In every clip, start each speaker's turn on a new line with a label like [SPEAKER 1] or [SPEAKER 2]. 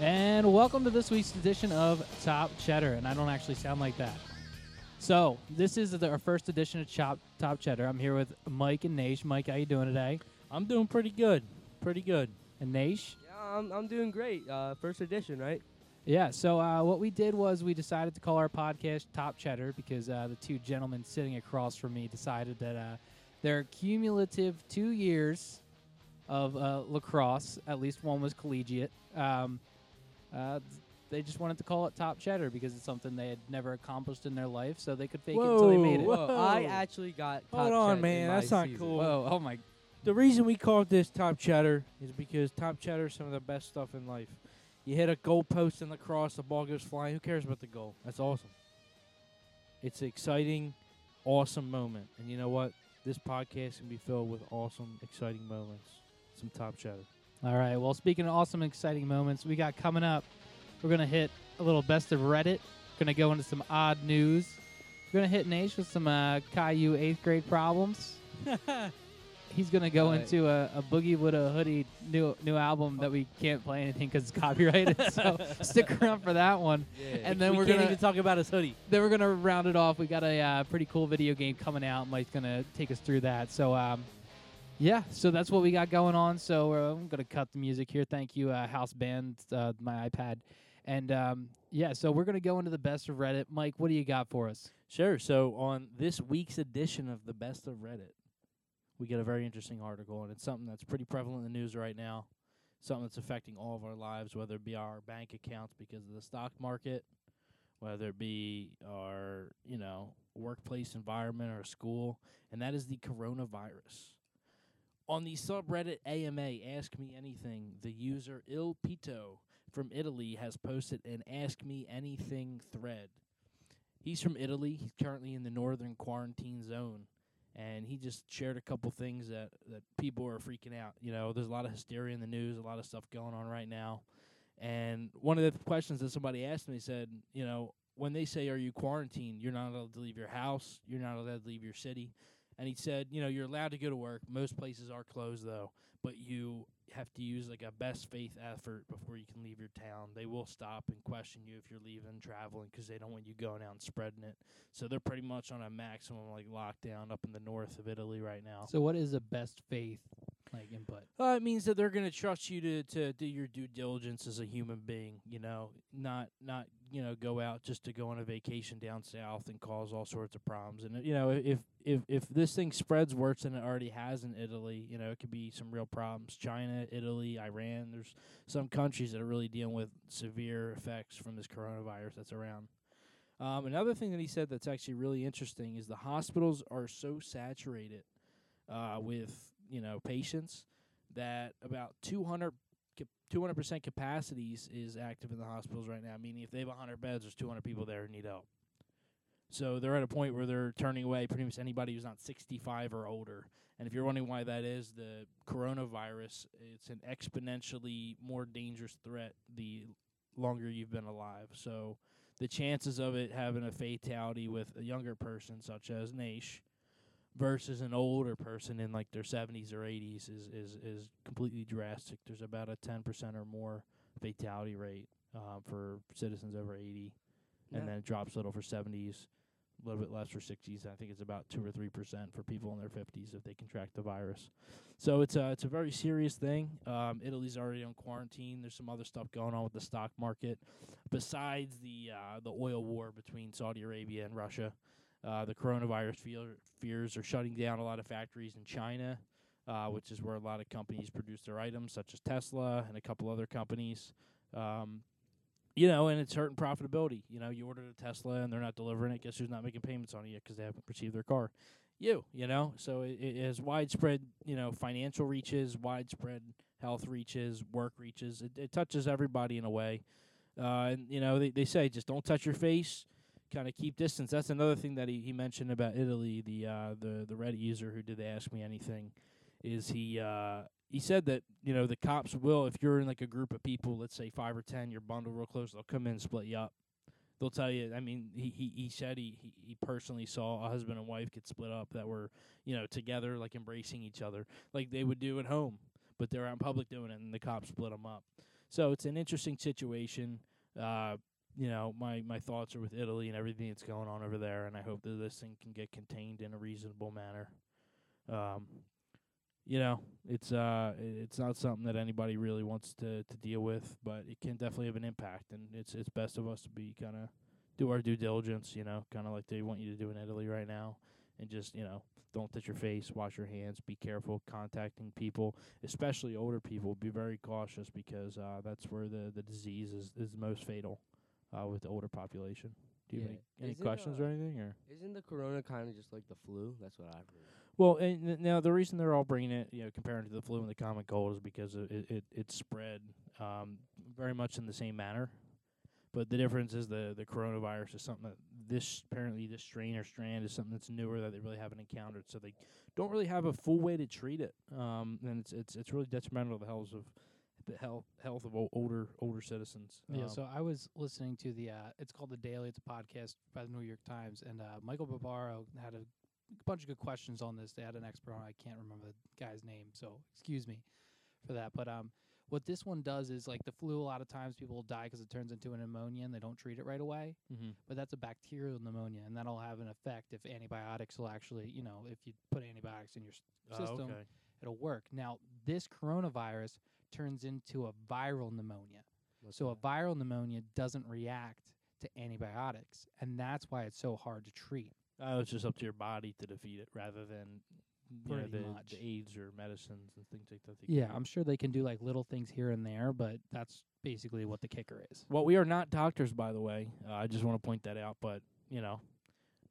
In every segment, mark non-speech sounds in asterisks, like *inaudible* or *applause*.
[SPEAKER 1] And welcome to this week's edition of Top Cheddar. And I don't actually sound like that. So this is the, our first edition of Chop, Top Cheddar. I'm here with Mike and Naish. Mike, how you doing today?
[SPEAKER 2] I'm doing pretty good. Pretty good.
[SPEAKER 1] And Naish?
[SPEAKER 3] Yeah, I'm, I'm doing great. Uh, first edition, right?
[SPEAKER 1] Yeah, so uh, what we did was we decided to call our podcast Top Cheddar because uh, the two gentlemen sitting across from me decided that uh, their cumulative two years of uh, lacrosse, at least one was collegiate, um, uh, they just wanted to call it Top Cheddar because it's something they had never accomplished in their life, so they could fake it until they
[SPEAKER 2] Whoa,
[SPEAKER 1] made it.
[SPEAKER 2] whoa.
[SPEAKER 3] I actually got.
[SPEAKER 2] Hold
[SPEAKER 3] top
[SPEAKER 2] on,
[SPEAKER 3] cheddar
[SPEAKER 2] man,
[SPEAKER 3] in my
[SPEAKER 2] that's not
[SPEAKER 3] season.
[SPEAKER 2] cool.
[SPEAKER 1] Whoa, oh my.
[SPEAKER 2] The reason we call it this Top Cheddar is because Top Cheddar is some of the best stuff in life. You hit a goal post in lacrosse, the ball goes flying. Who cares about the goal? That's awesome. It's an exciting, awesome moment. And you know what? This podcast can be filled with awesome, exciting moments. Some Top Cheddar.
[SPEAKER 1] All right, well, speaking of awesome, and exciting moments, we got coming up, we're going to hit a little best of Reddit, going to go into some odd news. We're going to hit Naish with some uh, Caillou eighth grade problems. He's gonna go
[SPEAKER 3] Alright.
[SPEAKER 1] into a, a boogie with a hoodie new new album that we can't play anything because it's copyrighted. *laughs* so stick around for that one.
[SPEAKER 3] Yeah.
[SPEAKER 1] And then
[SPEAKER 2] we
[SPEAKER 1] we're
[SPEAKER 2] can't
[SPEAKER 1] gonna
[SPEAKER 2] even talk about his hoodie.
[SPEAKER 1] then we're gonna round it off. We got a uh, pretty cool video game coming out. Mike's gonna take us through that. So um, yeah, so that's what we got going on. So uh, I'm gonna cut the music here. Thank you, uh, house band, uh, my iPad, and um, yeah. So we're gonna go into the best of Reddit. Mike, what do you got for us?
[SPEAKER 2] Sure. So on this week's edition of the Best of Reddit, we get a very interesting article, and it's something that's pretty prevalent in the news right now. Something that's affecting all of our lives, whether it be our bank accounts because of the stock market, whether it be our you know workplace environment or school, and that is the coronavirus. On the subreddit AMA Ask Me Anything, the user Il Pito from Italy has posted an Ask Me Anything thread. He's from Italy. He's currently in the northern quarantine zone, and he just shared a couple things that that people are freaking out. You know, there's a lot of hysteria in the news, a lot of stuff going on right now, and one of the questions that somebody asked me said, you know, when they say, "Are you quarantined?" You're not allowed to leave your house. You're not allowed to leave your city. And he said, you know, you're allowed to go to work. Most places are closed though, but you have to use like a best faith effort before you can leave your town. They will stop and question you if you're leaving, traveling, because they don't want you going out and spreading it. So they're pretty much on a maximum like lockdown up in the north of Italy right now.
[SPEAKER 1] So what is a best faith like input?
[SPEAKER 2] Uh, it means that they're going to trust you to, to do your due diligence as a human being, you know, not not you know go out just to go on a vacation down south and cause all sorts of problems. And uh, you know, if if if this thing spreads worse than it already has in Italy, you know, it could be some real problems. China, Italy, Iran. There's some countries that are really dealing with severe effects from this coronavirus that's around. Um, another thing that he said that's actually really interesting is the hospitals are so saturated uh, with you know patients that about 200 cap- 200% capacities is active in the hospitals right now, meaning if they have 100 beds, there's 200 people there who need help. So they're at a point where they're turning away pretty much anybody who's not 65 or older. And if you're wondering why that is, the coronavirus, it's an exponentially more dangerous threat the longer you've been alive. So the chances of it having a fatality with a younger person such as Naish versus an older person in like their 70s or 80s is is is completely drastic. There's about a 10% or more fatality rate um, for citizens over 80,
[SPEAKER 3] Yeah.
[SPEAKER 2] and then it drops a little for 70s, a little bit less for 60s. I think it's about two or three percent for people in their 50s if they contract the virus. So it's a it's a very serious thing. Um, Italy's already on quarantine. There's some other stuff going on with the stock market, besides the uh, the oil war between Saudi Arabia and Russia. Uh, the coronavirus fear, fears are shutting down a lot of factories in China, uh, which is where a lot of companies produce their items, such as Tesla and a couple other companies. Um, you know, and it's hurting profitability. You know, you ordered a Tesla and they're not delivering it. Guess who's not making payments on it yet because they haven't received their car? You, you know. So it, it has widespread, you know, financial reaches, widespread health reaches, work reaches. It, it touches everybody in a way. Uh, and, you know, they, they say just don't touch your face kind of keep distance. That's another thing that he, he mentioned about Italy. The uh, the the Reddit user who did the ask me anything is he uh, he said that you know the cops will if you're in like a group of people, let's say five or ten, you're bundled real close, they'll come in and split you up. They'll tell you. I mean, he he, he said he, he he personally saw a husband and wife get split up that were you know together like embracing each other like they would do at home, but they're out in public doing it, and the cops split them up. So it's an interesting situation. Uh, you know, my, my thoughts are with Italy and everything that's going on over there, and I hope that this thing can get contained in a reasonable manner. Um, you know, it's uh, i- it's not something that anybody really wants to, to deal with, but it can definitely have an impact, and it's it's best of us to be kind of do our due diligence, you know, kind of like they want you to do in Italy right now, and just you know, don't touch your face, wash your hands, be careful contacting people, especially older people. Be very cautious because uh, that's where the the disease is is most fatal uh, with the older population. Do you have
[SPEAKER 3] Yeah.
[SPEAKER 2] any, any
[SPEAKER 3] Is it,
[SPEAKER 2] questions
[SPEAKER 3] uh,
[SPEAKER 2] or anything or?
[SPEAKER 3] Isn't the corona kind of just like the flu? That's what I've heard.
[SPEAKER 2] Well, and th- now the reason they're all bringing it, you know, comparing to the flu and the common cold, is because it it, it, it spread um, very much in the same manner. But the difference is the the coronavirus is something that this apparently this strain or strand is something that's newer that they really haven't encountered, so they don't really have a full way to treat it. Um, and it's it's it's really detrimental to the health of the health health of o- older older citizens.
[SPEAKER 1] Yeah,
[SPEAKER 2] Um,
[SPEAKER 1] so I was listening to the uh, it's called the Daily. It's a podcast by the New York Times, and uh, Michael Barbaro had a bunch of good questions on this. They had an expert on. it. I can't remember the guy's name, so excuse me for that. But um, what this one does is like the flu. A lot of times people will die because it turns into an pneumonia and they don't treat it right away.
[SPEAKER 2] mhm.
[SPEAKER 1] But that's a bacterial pneumonia, and that'll have an effect if antibiotics will actually, you know, if you put antibiotics in your s-
[SPEAKER 2] Oh,
[SPEAKER 1] system,
[SPEAKER 2] okay.
[SPEAKER 1] it'll work. Now this coronavirus turns into a viral pneumonia. So a viral pneumonia doesn't react to antibiotics, and that's why it's so hard to treat.
[SPEAKER 2] Oh, it's just up to your body to defeat it rather than you know,
[SPEAKER 1] Pretty
[SPEAKER 2] the,
[SPEAKER 1] much.
[SPEAKER 2] the aids or medicines and things like that. they
[SPEAKER 1] Yeah,
[SPEAKER 2] give.
[SPEAKER 1] I'm sure they can do like little things here and there, but that's basically what the kicker is.
[SPEAKER 2] Well, we are not doctors, by the way. Uh, I just want to point that out. But you know,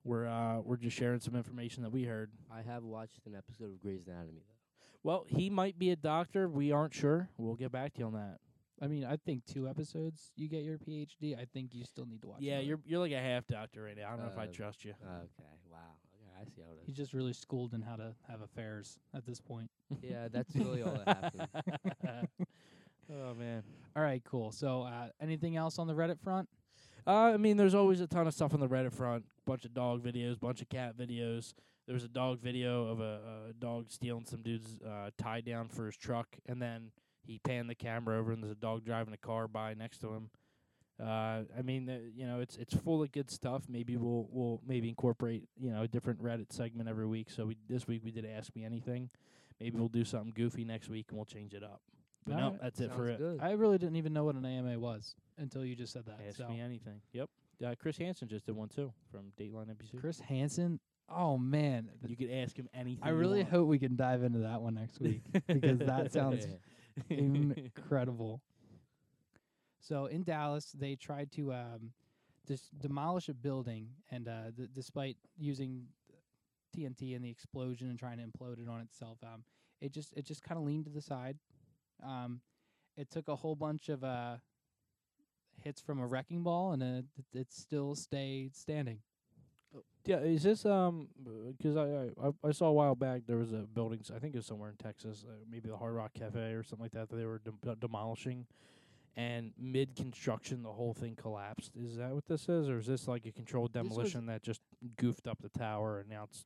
[SPEAKER 2] we're uh, we're just sharing some information that we heard.
[SPEAKER 3] I have watched an episode of Grey's Anatomy though.
[SPEAKER 2] Well, he might be a doctor. We aren't sure. We'll get back to you on that.
[SPEAKER 1] I mean, I think two episodes you get your PhD. I think you still need to watch.
[SPEAKER 2] yeah,
[SPEAKER 1] another.
[SPEAKER 2] you're you're like a half doctor right now. I don't know if I
[SPEAKER 3] Uh,
[SPEAKER 2] trust you.
[SPEAKER 3] Okay, wow. Okay, I see how it
[SPEAKER 1] he's
[SPEAKER 3] is.
[SPEAKER 1] just really schooled in how to have affairs at this point.
[SPEAKER 3] *laughs* yeah, that's really all that
[SPEAKER 1] *laughs*
[SPEAKER 3] happened.
[SPEAKER 2] oh man.
[SPEAKER 1] All right, cool. So, uh, anything else on the Reddit front?
[SPEAKER 2] Uh, I mean, there's always a ton of stuff on the Reddit front. Bunch of dog videos, bunch of cat videos. There was a dog video of a, a dog stealing some dude's uh, tie down for his truck, and then he panned the camera over, and there's a dog driving a car by next to him. Uh, I mean, the, you know, it's it's full of good stuff. Maybe we'll we'll maybe incorporate you know a different Reddit segment every week. So we this week we did Ask Me Anything. Maybe we'll do something goofy next week, and we'll change it up. But no,
[SPEAKER 1] Alright,
[SPEAKER 2] that's it for
[SPEAKER 3] Sounds
[SPEAKER 2] it.
[SPEAKER 3] good.
[SPEAKER 1] I really didn't even know what an AMA was until you just said that.
[SPEAKER 2] Ask
[SPEAKER 1] so.
[SPEAKER 2] me anything. Yep. Uh, Chris Hansen just did one too from Dateline NBC.
[SPEAKER 1] Chris Hansen. Oh man,
[SPEAKER 2] you could ask him anything.
[SPEAKER 1] I
[SPEAKER 2] you
[SPEAKER 1] really
[SPEAKER 2] want.
[SPEAKER 1] hope we can dive into that one next
[SPEAKER 2] *laughs*
[SPEAKER 1] week because that sounds incredible. So in Dallas, they tried to um, dis- demolish a building, and uh, th- despite using TNT and the explosion and trying to implode it on itself, um, it just it just kind of leaned to the side. Um, it took a whole bunch of uh, hits from a wrecking ball, and uh, it, it still stayed standing.
[SPEAKER 2] Yeah, is this um? Because I, I I saw a while back there was a building. s- I think it was somewhere in Texas, uh, maybe the Hard Rock Cafe or something like that that they were dem- uh, demolishing, and mid construction the whole thing collapsed. Is that what this is, or is this like a controlled
[SPEAKER 3] This was-
[SPEAKER 2] demolition that just goofed up the tower and now it's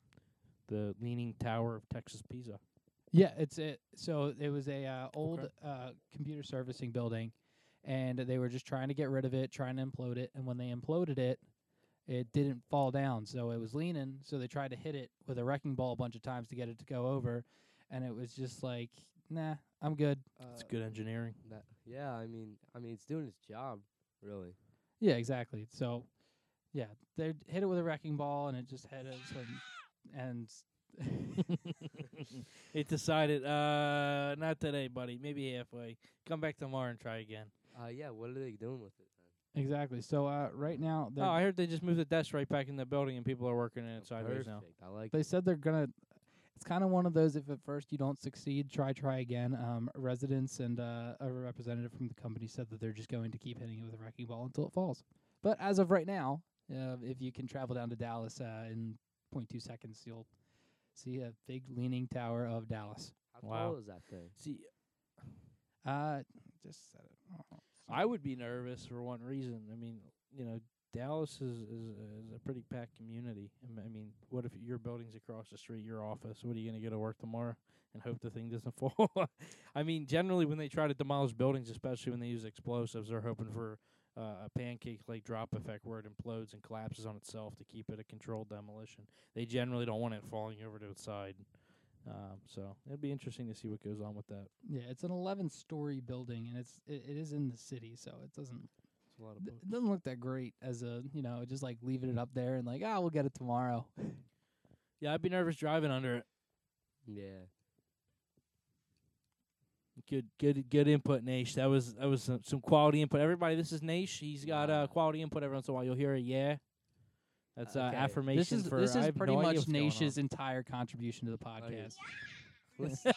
[SPEAKER 2] the leaning tower of Texas Pisa?
[SPEAKER 1] Yeah, it's it. So it was a uh, old uh, computer servicing building, and they were just trying to get rid of it, trying to implode it. And when they imploded it, it didn't fall down, so it was leaning. So they tried to hit it with a wrecking ball a bunch of times to get it to go over, and it was just like, nah, I'm good.
[SPEAKER 2] It's
[SPEAKER 3] Uh,
[SPEAKER 2] good engineering.
[SPEAKER 3] That, yeah, I mean, I mean, it's doing its job, really.
[SPEAKER 1] Yeah, exactly. So, yeah, they d- hit it with a wrecking ball, and it just hit us, and, and
[SPEAKER 2] *laughs* it decided, uh, not today, buddy. Maybe halfway. Come back tomorrow and try again.
[SPEAKER 3] Uh, yeah, what are they doing with it?
[SPEAKER 1] *laughs*
[SPEAKER 3] Then?
[SPEAKER 1] exactly. So uh, right now, they're
[SPEAKER 2] oh, I heard they just moved the desk right back in the building and people are working in it sideways
[SPEAKER 3] Perfect.
[SPEAKER 2] now.
[SPEAKER 3] I like.
[SPEAKER 1] They said they're gonna. It's kind of one of those. If at first you don't succeed, try try again. Um, residents and uh, a representative from the company said that they're just going to keep hitting it with a wrecking ball until it falls. But as of right now, uh, if you can travel down to Dallas uh, in 0.2 seconds, you'll see a big leaning tower of Dallas.
[SPEAKER 3] How
[SPEAKER 2] Wow.
[SPEAKER 3] tall is that thing?
[SPEAKER 2] See,
[SPEAKER 1] Uh, just said it.
[SPEAKER 2] I would be nervous for one reason. I mean, you know, Dallas is is, is a pretty packed community. I m- I mean, what if your building's across the street, your office? What are you going to go to work tomorrow and hope the thing doesn't *laughs* fall? I mean, generally when they try to demolish buildings, especially when they use explosives, they're hoping for uh, a pancake-like drop effect where it implodes and collapses on itself to keep it a controlled demolition. They generally don't want it falling over to its side. Um, so it'll be interesting to see what goes on with that.
[SPEAKER 1] Yeah, it's an 11 story building, and it's it, it is in the city, so it doesn't
[SPEAKER 3] It's a lot of
[SPEAKER 1] th-
[SPEAKER 3] books.
[SPEAKER 1] it doesn't look that great as a you know just like leaving it up there and like ah we'll get it tomorrow.
[SPEAKER 2] Yeah, I'd be nervous driving under it.
[SPEAKER 3] Yeah.
[SPEAKER 2] Good, good, good input, Naish. That was that was some, some quality input. Everybody, this is Naish. He's got uh,
[SPEAKER 3] Wow.
[SPEAKER 2] quality input every once in a while. You'll hear a yeah. That's uh,
[SPEAKER 3] Okay.
[SPEAKER 2] affirmation.
[SPEAKER 1] This is
[SPEAKER 2] for,
[SPEAKER 1] this
[SPEAKER 2] I
[SPEAKER 1] is
[SPEAKER 2] have
[SPEAKER 1] pretty
[SPEAKER 2] no idea
[SPEAKER 1] much
[SPEAKER 2] what's going on.
[SPEAKER 1] Naisha's entire contribution to the
[SPEAKER 3] yeah.
[SPEAKER 1] podcast.
[SPEAKER 3] Listen,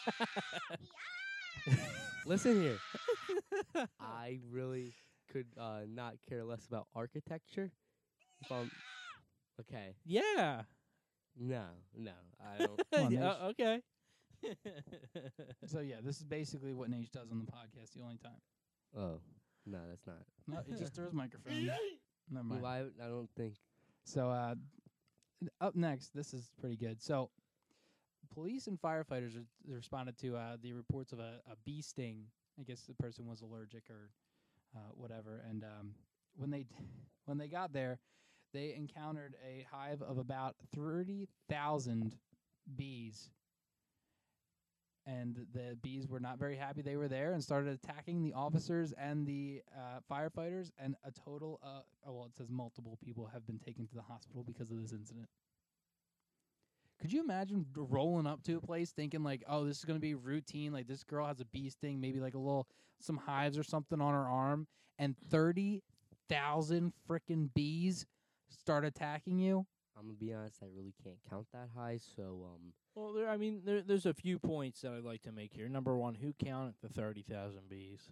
[SPEAKER 3] *laughs* listen here. I really could uh, not care less about architecture. If I'm okay.
[SPEAKER 2] Yeah.
[SPEAKER 3] No, no,
[SPEAKER 2] *laughs*
[SPEAKER 3] I don't.
[SPEAKER 1] Oh, Come on,
[SPEAKER 2] Yeah,
[SPEAKER 1] Naish.
[SPEAKER 2] uh,
[SPEAKER 1] *laughs*
[SPEAKER 2] okay.
[SPEAKER 1] *laughs*
[SPEAKER 2] *laughs*
[SPEAKER 1] So yeah, this is basically what Naish does on the podcast. The only time.
[SPEAKER 3] oh, no, that's not.
[SPEAKER 1] No, it just threw his *laughs* microphone. Never mind.
[SPEAKER 3] Well, I, I don't think.
[SPEAKER 1] So uh, n- up next, this is pretty good. So police and firefighters re- responded to uh, the reports of a, a bee sting. I guess the person was allergic or uh, whatever. And um, when they *laughs* d- when they got there, they encountered a hive of about thirty thousand bees. And the bees were not very happy they were there and started attacking the officers and the uh, firefighters. And a total, uh, oh, well, it says multiple people have been taken to the hospital because of this incident. Could you imagine d- rolling up to a place thinking like, "Oh, this is going to be routine. Like this girl has a bee sting, maybe like a little some hives or something on her arm," and thirty thousand frickin' bees start attacking you.
[SPEAKER 3] I'm gonna be honest. I really can't count that high. So um,
[SPEAKER 2] Well, there, I mean, there, there's a few points that I'd like to make here. Number one, who counted the thirty thousand bees?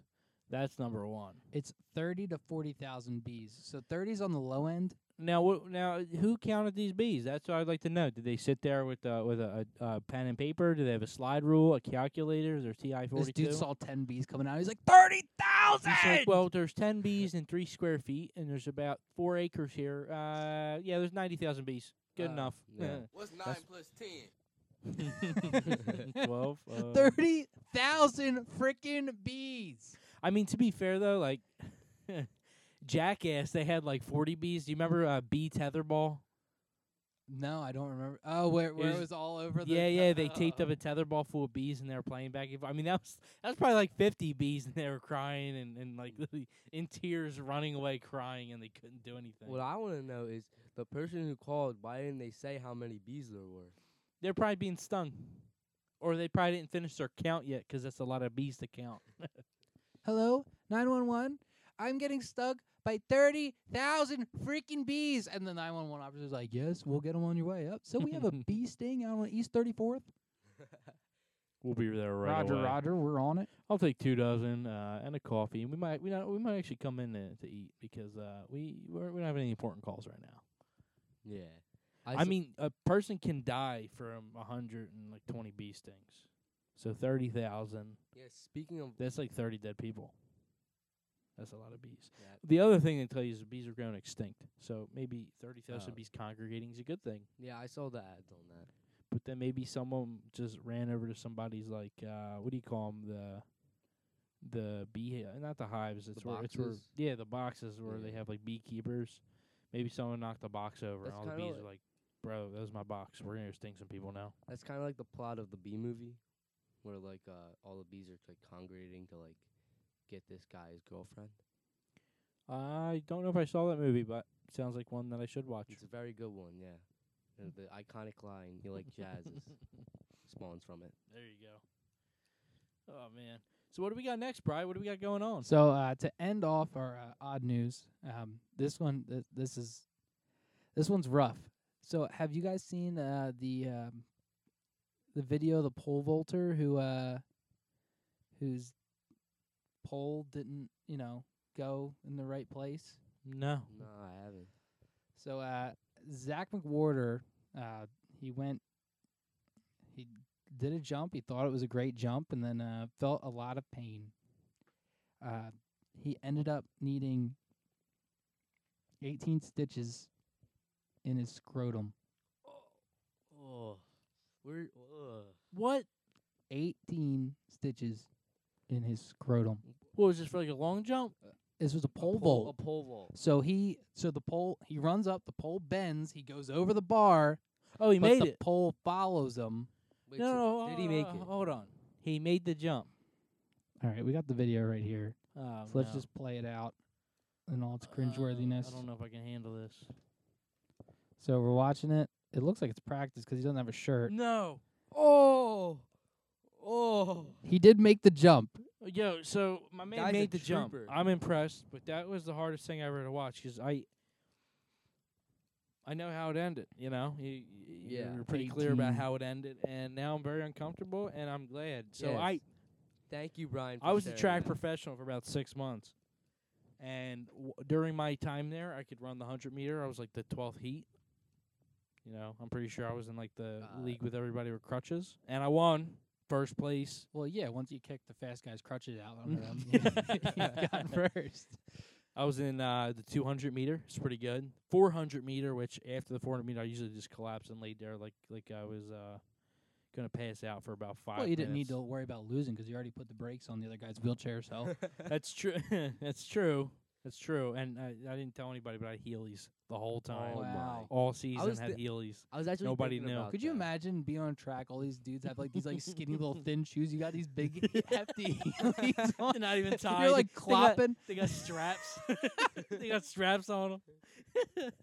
[SPEAKER 2] That's number one.
[SPEAKER 1] It's thirty to forty thousand bees. So thirty's on the low end.
[SPEAKER 2] Now, what? Now, who counted these bees? That's what I'd like to know. Did they sit there with uh, with a, a, a pen and paper? Do they have a slide rule, a calculator? Is there TI
[SPEAKER 1] This
[SPEAKER 2] forty two?
[SPEAKER 1] dude saw ten bees coming out. He's like thirty thousand. *laughs*
[SPEAKER 2] well, there's ten bees in three square feet, and there's about four acres here. Uh, yeah, there's ninety thousand bees. Good
[SPEAKER 3] Uh,
[SPEAKER 2] enough. *laughs*
[SPEAKER 3] yeah.
[SPEAKER 4] What's nine plus ten?
[SPEAKER 2] *laughs*
[SPEAKER 3] *laughs*
[SPEAKER 2] Twelve. uh,
[SPEAKER 1] Thirty thousand frickin' bees.
[SPEAKER 2] I mean, to be fair though, like *laughs* Jackass, they had like forty bees. Do you remember uh, bee tetherball?
[SPEAKER 1] No, I don't remember. Oh, where where it was,
[SPEAKER 2] was-
[SPEAKER 1] all over. The
[SPEAKER 2] Yeah,
[SPEAKER 1] *laughs*
[SPEAKER 2] yeah, they taped up a tetherball full of bees and they were playing back and forth. I mean, that was that was probably like fifty bees and they were crying and, and like *laughs* literally in tears, running away, crying, and they couldn't do anything.
[SPEAKER 3] what I want to know is the person who called. Why didn't they say how many bees there were?
[SPEAKER 2] They're probably being stung, or they probably didn't finish their count yet because that's a lot of bees to count.
[SPEAKER 1] Hello, 911. I'm getting stung by 30,000 freaking bees. And the 911 operator's like, Yes, we'll get 'em on your way up. So we have
[SPEAKER 2] *laughs*
[SPEAKER 1] a bee sting out on East 34th.
[SPEAKER 2] We'll be there right
[SPEAKER 1] roger, Roger, we're on it.
[SPEAKER 2] I'll take two dozen uh, and a coffee, and we might we not, we might actually come in to, to eat because uh, we we're, we don't have any important calls right now.
[SPEAKER 3] Yeah.
[SPEAKER 2] I,
[SPEAKER 3] s-
[SPEAKER 2] mean, a person can die from a hundred and like twenty bee stings, so thirty thousand.
[SPEAKER 3] Yeah. Speaking of
[SPEAKER 2] That's like 30 dead people. That's a lot of bees.
[SPEAKER 3] that,
[SPEAKER 2] The other thing they tell you is bees are going extinct. So maybe 30,000
[SPEAKER 3] Oh.
[SPEAKER 2] bees congregating is a good thing.
[SPEAKER 3] yeah, I saw the ads on that.
[SPEAKER 2] But then maybe someone just ran over to somebody's like uh what do you call 'em the the bee hi- not the hives it's
[SPEAKER 3] The
[SPEAKER 2] where it's where
[SPEAKER 3] boxes?
[SPEAKER 2] yeah the boxes where they
[SPEAKER 3] Yeah.
[SPEAKER 2] have like beekeepers. Maybe someone knocked the box over
[SPEAKER 3] That's
[SPEAKER 2] and all the
[SPEAKER 3] kinda
[SPEAKER 2] bees are like, "Bro, that was my box. We're gonna sting some people now."
[SPEAKER 3] That's kind of like the plot of the bee movie, where like uh, all the bees are like congregating to like get this guy's girlfriend.
[SPEAKER 2] I don't know if I saw that movie, but sounds like one that I should watch.
[SPEAKER 3] It's a very good one, yeah. And the iconic line "You like jazz" is spawns from it.
[SPEAKER 2] There you go. Oh man. So what do we got next, Brian? What do we got going on?
[SPEAKER 1] So uh, to end off our uh, odd news, um, this one, th- this is, this one's rough. So have you guys seen uh, the um, the video of the pole vaulter who uh, whose pole didn't you know go in the right place?
[SPEAKER 2] No.
[SPEAKER 3] No, I haven't.
[SPEAKER 1] So uh, Zach McWhorter, uh, he went, he did a jump. He thought it was a great jump, and then uh, felt a lot of pain. Uh, he ended up needing 18 stitches in his scrotum.
[SPEAKER 3] Oh, we're ugh.
[SPEAKER 2] What?
[SPEAKER 1] 18 stitches in his scrotum.
[SPEAKER 2] What was this for? Like a long jump?
[SPEAKER 1] This was a pole
[SPEAKER 3] a pole,
[SPEAKER 1] vault.
[SPEAKER 3] A pole vault.
[SPEAKER 1] So he, so the pole, he runs up, the pole bends, he goes over the bar,
[SPEAKER 2] Oh, he
[SPEAKER 1] but
[SPEAKER 2] made
[SPEAKER 1] the
[SPEAKER 3] *laughs*
[SPEAKER 2] it.
[SPEAKER 1] pole follows him.
[SPEAKER 3] Wait,
[SPEAKER 2] No,
[SPEAKER 3] so
[SPEAKER 2] no,
[SPEAKER 3] did he make
[SPEAKER 2] uh,
[SPEAKER 3] it?
[SPEAKER 2] Hold on. He made the jump.
[SPEAKER 1] All right, we got the video right here.
[SPEAKER 2] Oh,
[SPEAKER 1] so let's
[SPEAKER 2] no.
[SPEAKER 1] just play it out and all its
[SPEAKER 2] Uh,
[SPEAKER 1] cringeworthiness.
[SPEAKER 2] I don't know if I can handle this.
[SPEAKER 1] So we're watching it. It looks like it's practice because he doesn't have a
[SPEAKER 3] Er.
[SPEAKER 1] shirt.
[SPEAKER 2] No.
[SPEAKER 3] Oh, oh.
[SPEAKER 1] He did make the jump.
[SPEAKER 2] Yo, so my man
[SPEAKER 3] Guy's a
[SPEAKER 2] made the jump.
[SPEAKER 3] trooper.
[SPEAKER 2] I'm impressed, but that was the hardest thing I ever to watch because I, I know how it ended. You know, you, you-
[SPEAKER 3] Yeah.
[SPEAKER 2] you're pretty clear about
[SPEAKER 1] 18.
[SPEAKER 2] how it ended, and now I'm very uncomfortable, and I'm glad. So
[SPEAKER 3] Yes.
[SPEAKER 2] I,
[SPEAKER 3] Thank you, Brian.
[SPEAKER 2] I
[SPEAKER 3] for
[SPEAKER 2] was a
[SPEAKER 3] sharing
[SPEAKER 2] track
[SPEAKER 3] that.
[SPEAKER 2] professional for about six months, and w- during my time there, I could run the hundred meter. I was like the twelfth heat. You know, I'm pretty sure I was in like the
[SPEAKER 3] Uh,
[SPEAKER 2] league with everybody with crutches, and I won first place.
[SPEAKER 1] Well, yeah, once you kick the fast guy's crutches out
[SPEAKER 2] under
[SPEAKER 1] under
[SPEAKER 2] them,
[SPEAKER 1] them, *laughs*
[SPEAKER 2] you got
[SPEAKER 1] first.
[SPEAKER 2] I was in uh, the 200 meter. It's pretty good. 400 meter, which after the 400 meter, I usually just collapsed and laid there like like I was uh, gonna pass out for about five.
[SPEAKER 1] Well, you didn't need to
[SPEAKER 2] minutes.
[SPEAKER 1] worry about losing because you already put the brakes on the other guy's wheelchair. *laughs* So
[SPEAKER 2] *laughs* *laughs* That's true. That's true. That's true. And I, I didn't tell anybody, but I had heelys the whole time.
[SPEAKER 3] Oh
[SPEAKER 1] Wow.
[SPEAKER 2] All season
[SPEAKER 3] was
[SPEAKER 2] had
[SPEAKER 3] thi-
[SPEAKER 2] heelys. *laughs*
[SPEAKER 3] I was actually
[SPEAKER 2] Nobody
[SPEAKER 3] thinking
[SPEAKER 2] knew.
[SPEAKER 3] about
[SPEAKER 1] could you
[SPEAKER 3] that.
[SPEAKER 1] imagine being on track? All these dudes have like these like skinny *laughs* little thin shoes. You got these *laughs* big hefty. *laughs* heelys on.
[SPEAKER 2] They're not even *laughs* tied.
[SPEAKER 1] You're like
[SPEAKER 2] They got-
[SPEAKER 1] clopping.
[SPEAKER 2] They got *laughs* straps. they got straps on them, *laughs*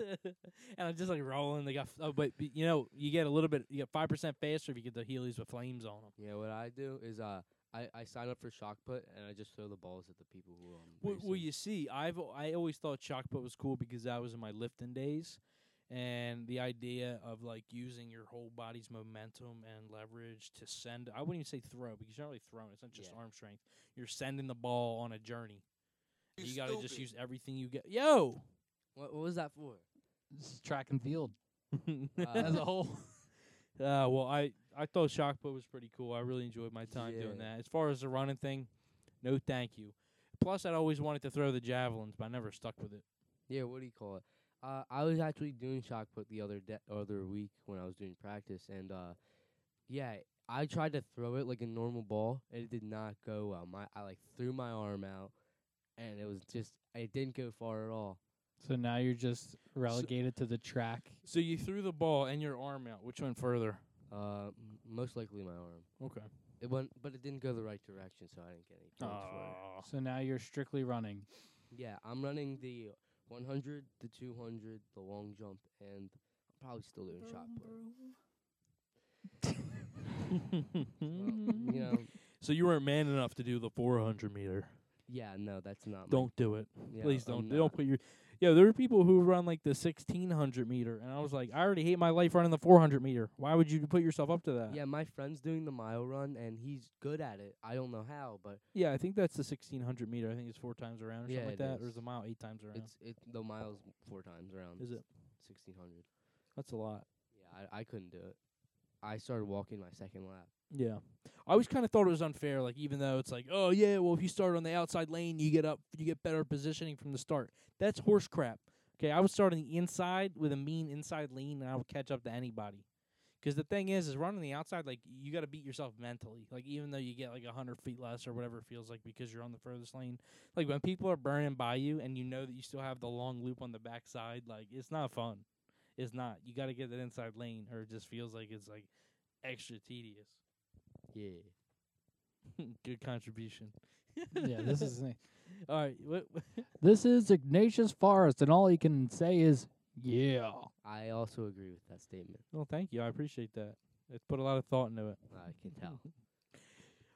[SPEAKER 2] and I'm just like rolling. They got, f- oh, but but, you know, you get a little bit, you get five percent faster if you get the heelys with flames on them.
[SPEAKER 3] Yeah, what I do is uh, I I sign up for shock put and I just throw the balls at the people who um.
[SPEAKER 2] Well, well,
[SPEAKER 3] racing.
[SPEAKER 2] you see, I've al- I always thought shock put was cool because I was in my lifting days, and the idea of like using your whole body's momentum and leverage to send I wouldn't even say throw because you're not really throwing; it's not just
[SPEAKER 3] Yeah.
[SPEAKER 2] arm strength. You're sending the ball on a journey. You, got to just use everything you get. Yo,
[SPEAKER 3] What, what was that for?
[SPEAKER 1] This is track and field as
[SPEAKER 2] *laughs* uh,
[SPEAKER 1] a whole.
[SPEAKER 2] well, I I thought shock put was pretty cool. I really enjoyed my time doing
[SPEAKER 3] Yeah.
[SPEAKER 2] that. As far as the running thing, no, thank you. Plus, I'd always wanted to throw the javelins, but I never stuck with it.
[SPEAKER 3] Yeah, what do you call it? Uh, I was actually doing shock put the other de- other week when I was doing practice, and uh, yeah, I tried to throw it like a normal ball, and it did not go well. My I like threw my arm out, and it was just it didn't go far at all.
[SPEAKER 1] So now you're just relegated to the track.
[SPEAKER 2] So you threw the ball and your arm out. Which went further?
[SPEAKER 3] Uh, m- most likely my arm.
[SPEAKER 2] Okay.
[SPEAKER 3] It went, but it didn't go the right direction, so I didn't get any points for it.
[SPEAKER 1] So now you're strictly running.
[SPEAKER 3] Yeah, I'm running the 100, the 200, the long jump, and I'm probably still doing shot put.
[SPEAKER 2] *laughs*
[SPEAKER 3] Well, you know,
[SPEAKER 2] so you weren't man enough to do the 400 meter.
[SPEAKER 3] yeah, no, that's not. my
[SPEAKER 2] Don't do it.
[SPEAKER 3] Yeah,
[SPEAKER 2] Please
[SPEAKER 3] I'm
[SPEAKER 2] don't. Don't
[SPEAKER 3] not.
[SPEAKER 2] put your. Yo, there were people who run like the 1600 meter, and I was like, I already hate my life running the 400 meter. Why would you put yourself up to that?
[SPEAKER 3] Yeah, my friend's doing the mile run and he's good at it. I don't know how, but
[SPEAKER 2] Yeah, I think that's the 1600 meter. I think it's four times around or
[SPEAKER 3] Yeah,
[SPEAKER 2] something like
[SPEAKER 3] it
[SPEAKER 2] that, or
[SPEAKER 3] is.
[SPEAKER 2] is the mile eight times around?
[SPEAKER 3] it's it the miles four times around.
[SPEAKER 2] Is it?
[SPEAKER 3] sixteen hundred?
[SPEAKER 2] That's a lot.
[SPEAKER 3] Yeah, I, I couldn't do it. I started walking my second lap.
[SPEAKER 2] Yeah. I always kind of thought it was unfair, like even though it's like, oh yeah, well if you start on the outside lane, you get up, you get better positioning from the start. That's horse crap. Okay, I would start on the inside with a mean inside lane, and I would catch up to anybody. Because the thing is, is running the outside, like you got to beat yourself mentally. Like even though you get like a hundred feet less or whatever it feels like because you're on the furthest lane, like when people are burning by you and you know that you still have the long loop on the backside, like it's not fun. It's not. You got to get that inside lane, or it just feels like it's like extra tedious.
[SPEAKER 3] Yeah.
[SPEAKER 2] *laughs* Good contribution.
[SPEAKER 1] yeah, this is
[SPEAKER 2] *laughs* all right. What, what- *laughs*
[SPEAKER 1] this is Ignatius Forrest, and all he can say is yeah.
[SPEAKER 3] I also agree with that statement.
[SPEAKER 2] well, thank you. I appreciate that. It put a lot of thought into it.
[SPEAKER 3] I can tell.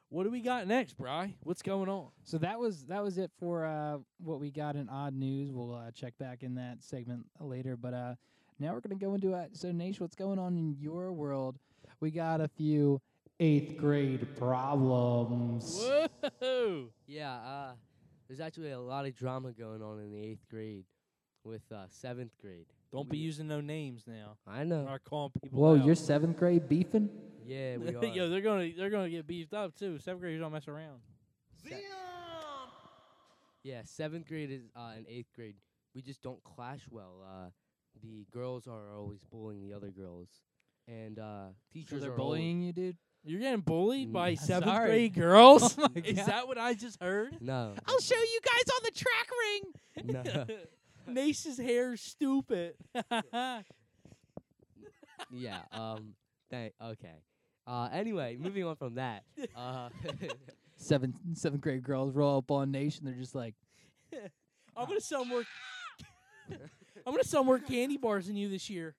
[SPEAKER 2] What do we got next, Bry? What's going on?
[SPEAKER 1] So that was that was it for uh, what we got in odd news. We'll uh, check back in that segment later, but uh, now we're gonna go into uh, so Nash, what's going on in your world? We got a few eighth grade problems.
[SPEAKER 2] Whoa!
[SPEAKER 3] Yeah, uh there's actually a lot of drama going on in the eighth grade with uh seventh grade.
[SPEAKER 2] *laughs* Don't be using no names now.
[SPEAKER 3] I
[SPEAKER 2] We're
[SPEAKER 3] know.
[SPEAKER 2] not calling people.
[SPEAKER 1] Whoa,
[SPEAKER 2] out. *laughs*
[SPEAKER 1] you're seventh grade beefing?
[SPEAKER 3] Yeah, we are.
[SPEAKER 2] Yo, they're gonna they're gonna get beefed up too. Seventh graders don't mess around.
[SPEAKER 3] Se- yeah, seventh grade is uh and eighth grade. we just don't clash well. Uh, the girls are always bullying the other girls, and uh,
[SPEAKER 1] So
[SPEAKER 3] teachers
[SPEAKER 1] they're
[SPEAKER 3] are always-
[SPEAKER 1] bullying you, dude.
[SPEAKER 2] You're getting bullied by *laughs*
[SPEAKER 3] Mm.
[SPEAKER 2] seventh
[SPEAKER 1] Sorry.
[SPEAKER 2] grade girls. *laughs*
[SPEAKER 1] Oh my
[SPEAKER 2] Is
[SPEAKER 1] God.
[SPEAKER 2] that what I just heard?
[SPEAKER 3] No,
[SPEAKER 2] *laughs*
[SPEAKER 1] Oh,
[SPEAKER 2] I'll show you guys on the track ring. *laughs*
[SPEAKER 3] no.
[SPEAKER 2] Nace's hair is *laughs* stupid.
[SPEAKER 3] yeah. Um. Thank. Okay. Uh. Anyway, moving on from that. Uh. *laughs*
[SPEAKER 1] Seventh seventh grade girls roll up on Nation. They're just like,
[SPEAKER 2] I'm gonna sell more. *laughs* I'm gonna sell more candy bars than you this *laughs* year.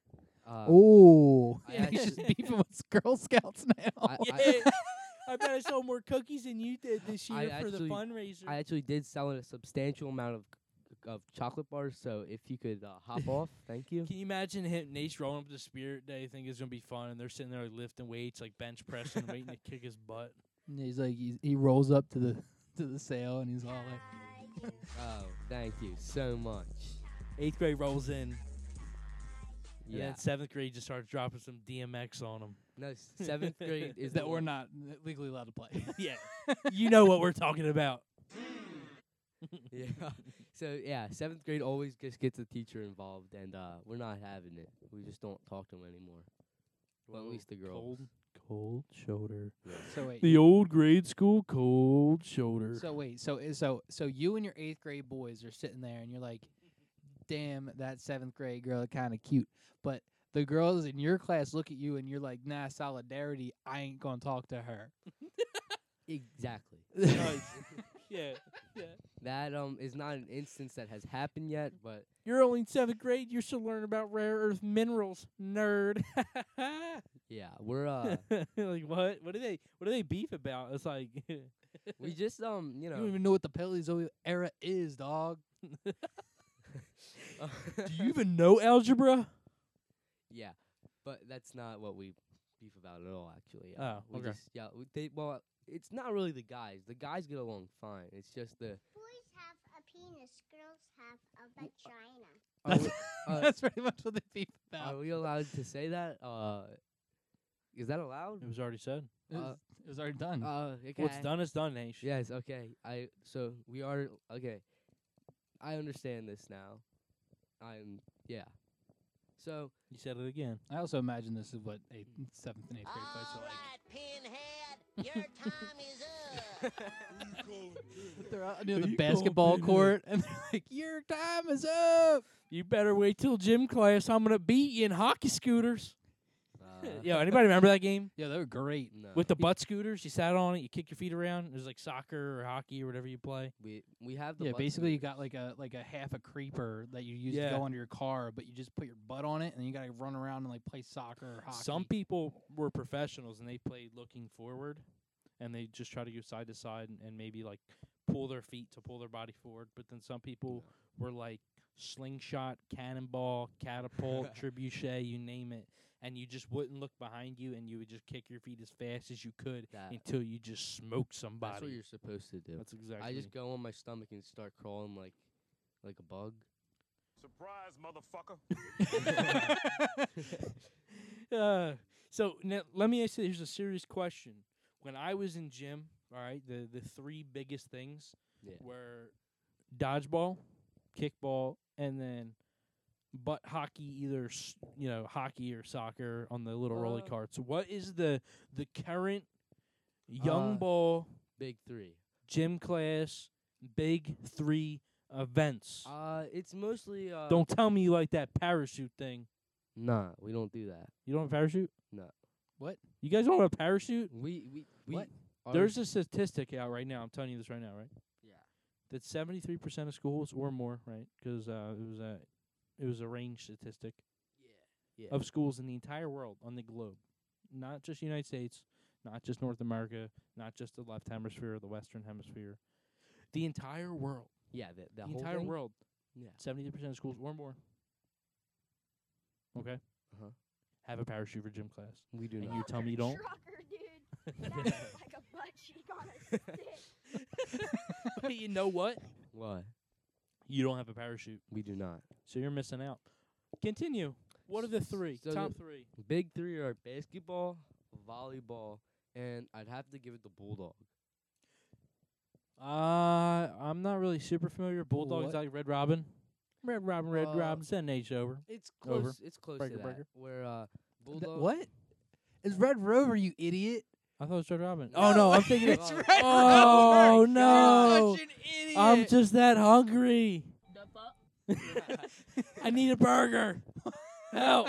[SPEAKER 3] uh
[SPEAKER 1] oh,
[SPEAKER 3] I
[SPEAKER 1] yeah, she's
[SPEAKER 3] actually-
[SPEAKER 1] *laughs* beefing with Girl Scouts now.
[SPEAKER 3] I,
[SPEAKER 2] Yeah,
[SPEAKER 3] I,
[SPEAKER 2] I bet I sold more cookies than you did this
[SPEAKER 3] I
[SPEAKER 2] year for the
[SPEAKER 3] actually-
[SPEAKER 2] fundraiser.
[SPEAKER 3] I actually did sell a substantial amount of of chocolate bars. So if you could uh,
[SPEAKER 2] *laughs*
[SPEAKER 3] hop off, thank you.
[SPEAKER 2] Can you imagine him, Nace, rolling up the spirit day? Think it's gonna be fun, and they're sitting there like, lifting weights, like bench pressing, waiting to kick his butt.
[SPEAKER 1] And he's like, he's, he rolls up to the *laughs* to the sale, and he's all like,
[SPEAKER 3] Oh, thank you so much.
[SPEAKER 2] Eighth grade rolls in, and
[SPEAKER 3] Yeah.
[SPEAKER 2] then seventh grade just starts dropping some DMX on him.
[SPEAKER 3] *laughs*
[SPEAKER 2] *laughs*
[SPEAKER 3] No, s- seventh grade is the
[SPEAKER 1] "That we're
[SPEAKER 3] one-
[SPEAKER 1] not legally allowed to play."
[SPEAKER 2] Yeah, you know what we're talking about.
[SPEAKER 3] *laughs* Yeah. So yeah, seventh grade always just gets the teacher involved, and uh, we're not having it. We just don't talk to them anymore. Well, at
[SPEAKER 2] Whoa,
[SPEAKER 3] least the girls.
[SPEAKER 2] Cold, cold shoulder.
[SPEAKER 1] *laughs* so wait, *laughs*
[SPEAKER 2] The old grade school cold shoulder.
[SPEAKER 1] So wait, so i- so so you and your eighth grade boys are sitting there, and you're like, "Damn, that seventh grade girl kind of cute," but the girls in your class look at you, and you're like, "Nah, solidarity. I ain't gonna talk to her."
[SPEAKER 3] Exactly.
[SPEAKER 2] *laughs* Nice. yeah, yeah.
[SPEAKER 3] That um is not an instance that has happened yet, but
[SPEAKER 2] You're only in seventh grade. You're still learning about rare earth minerals, nerd.
[SPEAKER 3] yeah, we're uh
[SPEAKER 2] *laughs* like what? What do they? What do they beef about? It's like *laughs*
[SPEAKER 3] we just um you
[SPEAKER 1] You don't
[SPEAKER 3] know
[SPEAKER 1] even know what the Paleozoic era is, dog.
[SPEAKER 3] *laughs*
[SPEAKER 2] Do you even know algebra?
[SPEAKER 3] yeah, but that's not what we beef about at all actually. Uh,
[SPEAKER 2] Oh,
[SPEAKER 3] we
[SPEAKER 2] okay.
[SPEAKER 3] just yeah, we, they well it's not really the guys. The guys get along fine. It's
[SPEAKER 2] *laughs*
[SPEAKER 3] just the
[SPEAKER 4] Boys have a penis, girls have a
[SPEAKER 2] uh,
[SPEAKER 4] vagina.
[SPEAKER 3] are
[SPEAKER 1] That's,
[SPEAKER 3] we,
[SPEAKER 1] *laughs*
[SPEAKER 3] uh,
[SPEAKER 1] that's pretty much what they beef
[SPEAKER 3] are
[SPEAKER 1] about.
[SPEAKER 3] we allowed to say that? Uh is that allowed?
[SPEAKER 2] It was already said.
[SPEAKER 1] it, was,
[SPEAKER 3] uh,
[SPEAKER 1] it was already done.
[SPEAKER 3] Uh okay.
[SPEAKER 2] What's Mm-hmm. done is done, Nation.
[SPEAKER 3] Yes, okay. I so we are okay. I understand this now. I'm yeah. So
[SPEAKER 2] You said it again.
[SPEAKER 1] I also imagine this is what eighth, seventh, and eighth grade fights are
[SPEAKER 4] All
[SPEAKER 1] like.
[SPEAKER 4] right, Pinhead,
[SPEAKER 2] *laughs*
[SPEAKER 4] your time is up.
[SPEAKER 1] They're out Uh, near the
[SPEAKER 2] you call
[SPEAKER 1] basketball
[SPEAKER 2] beating it?
[SPEAKER 1] court, *laughs* and they're like, "Your time is up."
[SPEAKER 2] You better wait till gym class. I'm gonna beat you in hockey *laughs* scooters.
[SPEAKER 3] uh,
[SPEAKER 2] Yo, anybody remember that game
[SPEAKER 1] Yeah, they were great.
[SPEAKER 3] no.
[SPEAKER 2] with the butt scooters? You sat on it. You kick your feet around. It was like soccer or hockey or whatever you play.
[SPEAKER 3] we we have the
[SPEAKER 1] Yeah,
[SPEAKER 3] bus
[SPEAKER 1] basically you
[SPEAKER 3] scooters.
[SPEAKER 1] got like a like a half a creeper that you use to
[SPEAKER 2] Yeah.
[SPEAKER 1] go under your car, but you just put your butt on it and you gotta run around and like play soccer or hockey.
[SPEAKER 2] Some people were professionals and they played looking forward, and they just try to go side to side and, and maybe like pull their feet to pull their body forward. But then some people were like slingshot, cannonball,
[SPEAKER 3] *laughs*
[SPEAKER 2] catapult, trebuchet, you name it, and you just wouldn't look behind you, and you would just kick your feet as fast as you could
[SPEAKER 3] That-
[SPEAKER 2] until you just smoked somebody.
[SPEAKER 3] that's what you're supposed to do.
[SPEAKER 2] That's exactly.
[SPEAKER 3] I just go on my stomach and start crawling like like a bug.
[SPEAKER 5] Surprise, motherfucker.
[SPEAKER 2] *laughs* uh, so now let me ask you. Here's a serious question. When I was in gym, all right, the the three biggest things
[SPEAKER 3] Yeah.
[SPEAKER 2] were dodgeball, kickball, and then butt hockey, either s you know hockey or soccer on the little roller
[SPEAKER 3] Uh,
[SPEAKER 2] carts. What is the the current young
[SPEAKER 3] Uh,
[SPEAKER 2] ball
[SPEAKER 3] Big 3.
[SPEAKER 2] gym class big three events?
[SPEAKER 3] Uh it's mostly uh
[SPEAKER 2] don't tell me you like that parachute thing.
[SPEAKER 3] Nah, we don't do that.
[SPEAKER 2] You don't have a parachute?
[SPEAKER 3] No.
[SPEAKER 1] What?
[SPEAKER 2] You guys don't have a parachute?
[SPEAKER 3] We we we
[SPEAKER 1] What?
[SPEAKER 3] our-
[SPEAKER 2] There's a statistic out right now. I'm telling you this right now, right?
[SPEAKER 3] Yeah.
[SPEAKER 2] That 73% of schools or more, right? 'Cause uh, it was a it was a range statistic
[SPEAKER 3] yeah.
[SPEAKER 2] of schools in the entire world on the globe, not just United States, not just North America, not just the left hemisphere or the Western hemisphere, the entire world,
[SPEAKER 3] yeah, the, the,
[SPEAKER 2] the,
[SPEAKER 3] whole
[SPEAKER 2] entire
[SPEAKER 3] thing?
[SPEAKER 2] world, *laughs*
[SPEAKER 3] Yeah.
[SPEAKER 2] 73% of schools or more. Okay.
[SPEAKER 3] Uh-huh.
[SPEAKER 2] Have a parachute for gym
[SPEAKER 3] *laughs*
[SPEAKER 2] class,
[SPEAKER 3] We do
[SPEAKER 2] and
[SPEAKER 3] not.
[SPEAKER 2] you tell me you don't.
[SPEAKER 4] Trucker, dude.
[SPEAKER 2] *laughs*
[SPEAKER 4] That looks like a butt cheek on a stick.
[SPEAKER 2] But *laughs* you know what?
[SPEAKER 3] Why?
[SPEAKER 2] You don't have a parachute,
[SPEAKER 3] We do not.
[SPEAKER 2] so you're missing out. Continue. What are the three?
[SPEAKER 3] So
[SPEAKER 2] Top three.
[SPEAKER 3] Big three are basketball, volleyball, and I'd have to give it the bulldog.
[SPEAKER 2] Uh, I'm not really super familiar. Bulldogs
[SPEAKER 1] what?
[SPEAKER 2] like Red Robin. Red Robin, Red
[SPEAKER 3] Uh,
[SPEAKER 2] Robin, send H over.
[SPEAKER 3] It's close.
[SPEAKER 2] Over.
[SPEAKER 3] It's close
[SPEAKER 2] Breaker,
[SPEAKER 3] to that.
[SPEAKER 2] breaker.
[SPEAKER 3] Where
[SPEAKER 1] Th-
[SPEAKER 3] uh, Bulldog.
[SPEAKER 1] what? It's Red Rover, you idiot.
[SPEAKER 2] I thought it was Red Robin. oh no,
[SPEAKER 1] *laughs*
[SPEAKER 2] *laughs* I'm thinking. Of,
[SPEAKER 1] it's
[SPEAKER 3] Rover.
[SPEAKER 1] Red
[SPEAKER 2] oh
[SPEAKER 1] Rover.
[SPEAKER 2] no,
[SPEAKER 3] You're such an idiot.
[SPEAKER 2] I'm just that hungry.
[SPEAKER 3] just.
[SPEAKER 2] I need a *laughs* burger. Help!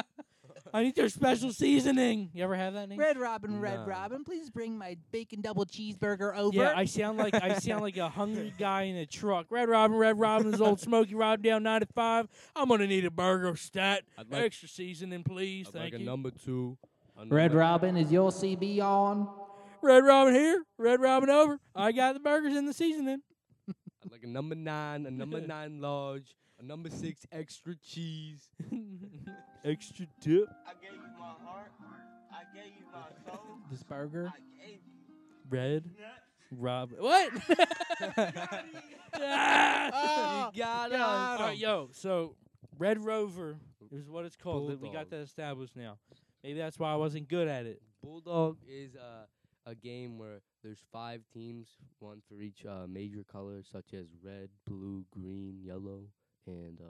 [SPEAKER 2] I need their special seasoning. You ever have that? Nate?
[SPEAKER 1] Red Robin, Red
[SPEAKER 3] No.
[SPEAKER 1] Robin, please bring my bacon double cheeseburger over.
[SPEAKER 2] Yeah, I sound like I sound like a hungry guy in a truck. Red Robin, Red Robin's old Smoky Rob down ninety five. I'm gonna need a burger stat.
[SPEAKER 3] I'd like-
[SPEAKER 2] Extra seasoning, please. Thank you.
[SPEAKER 3] number two.
[SPEAKER 1] Red Robin, is your CB on?
[SPEAKER 2] Red Robin here, Red Robin over. I got the burgers and the seasoning.
[SPEAKER 3] I'd like a number nine, a number nine large, a number six extra cheese. *laughs*
[SPEAKER 2] Extra dip.
[SPEAKER 6] I gave you my heart. I gave you my soul.
[SPEAKER 1] This burger.
[SPEAKER 6] I gave you
[SPEAKER 2] Red
[SPEAKER 6] nuts.
[SPEAKER 2] Robin.
[SPEAKER 6] *laughs*
[SPEAKER 2] What? Ah!
[SPEAKER 3] you got
[SPEAKER 2] All
[SPEAKER 3] us.
[SPEAKER 2] right, yo. So Red Rover is what it's called. that We got
[SPEAKER 3] Bulldog.
[SPEAKER 2] that established now. Maybe that's why I wasn't good at it.
[SPEAKER 3] Bulldog is uh, a game where there's five teams, one for each uh, major color, such as red, blue, green, yellow, and uh,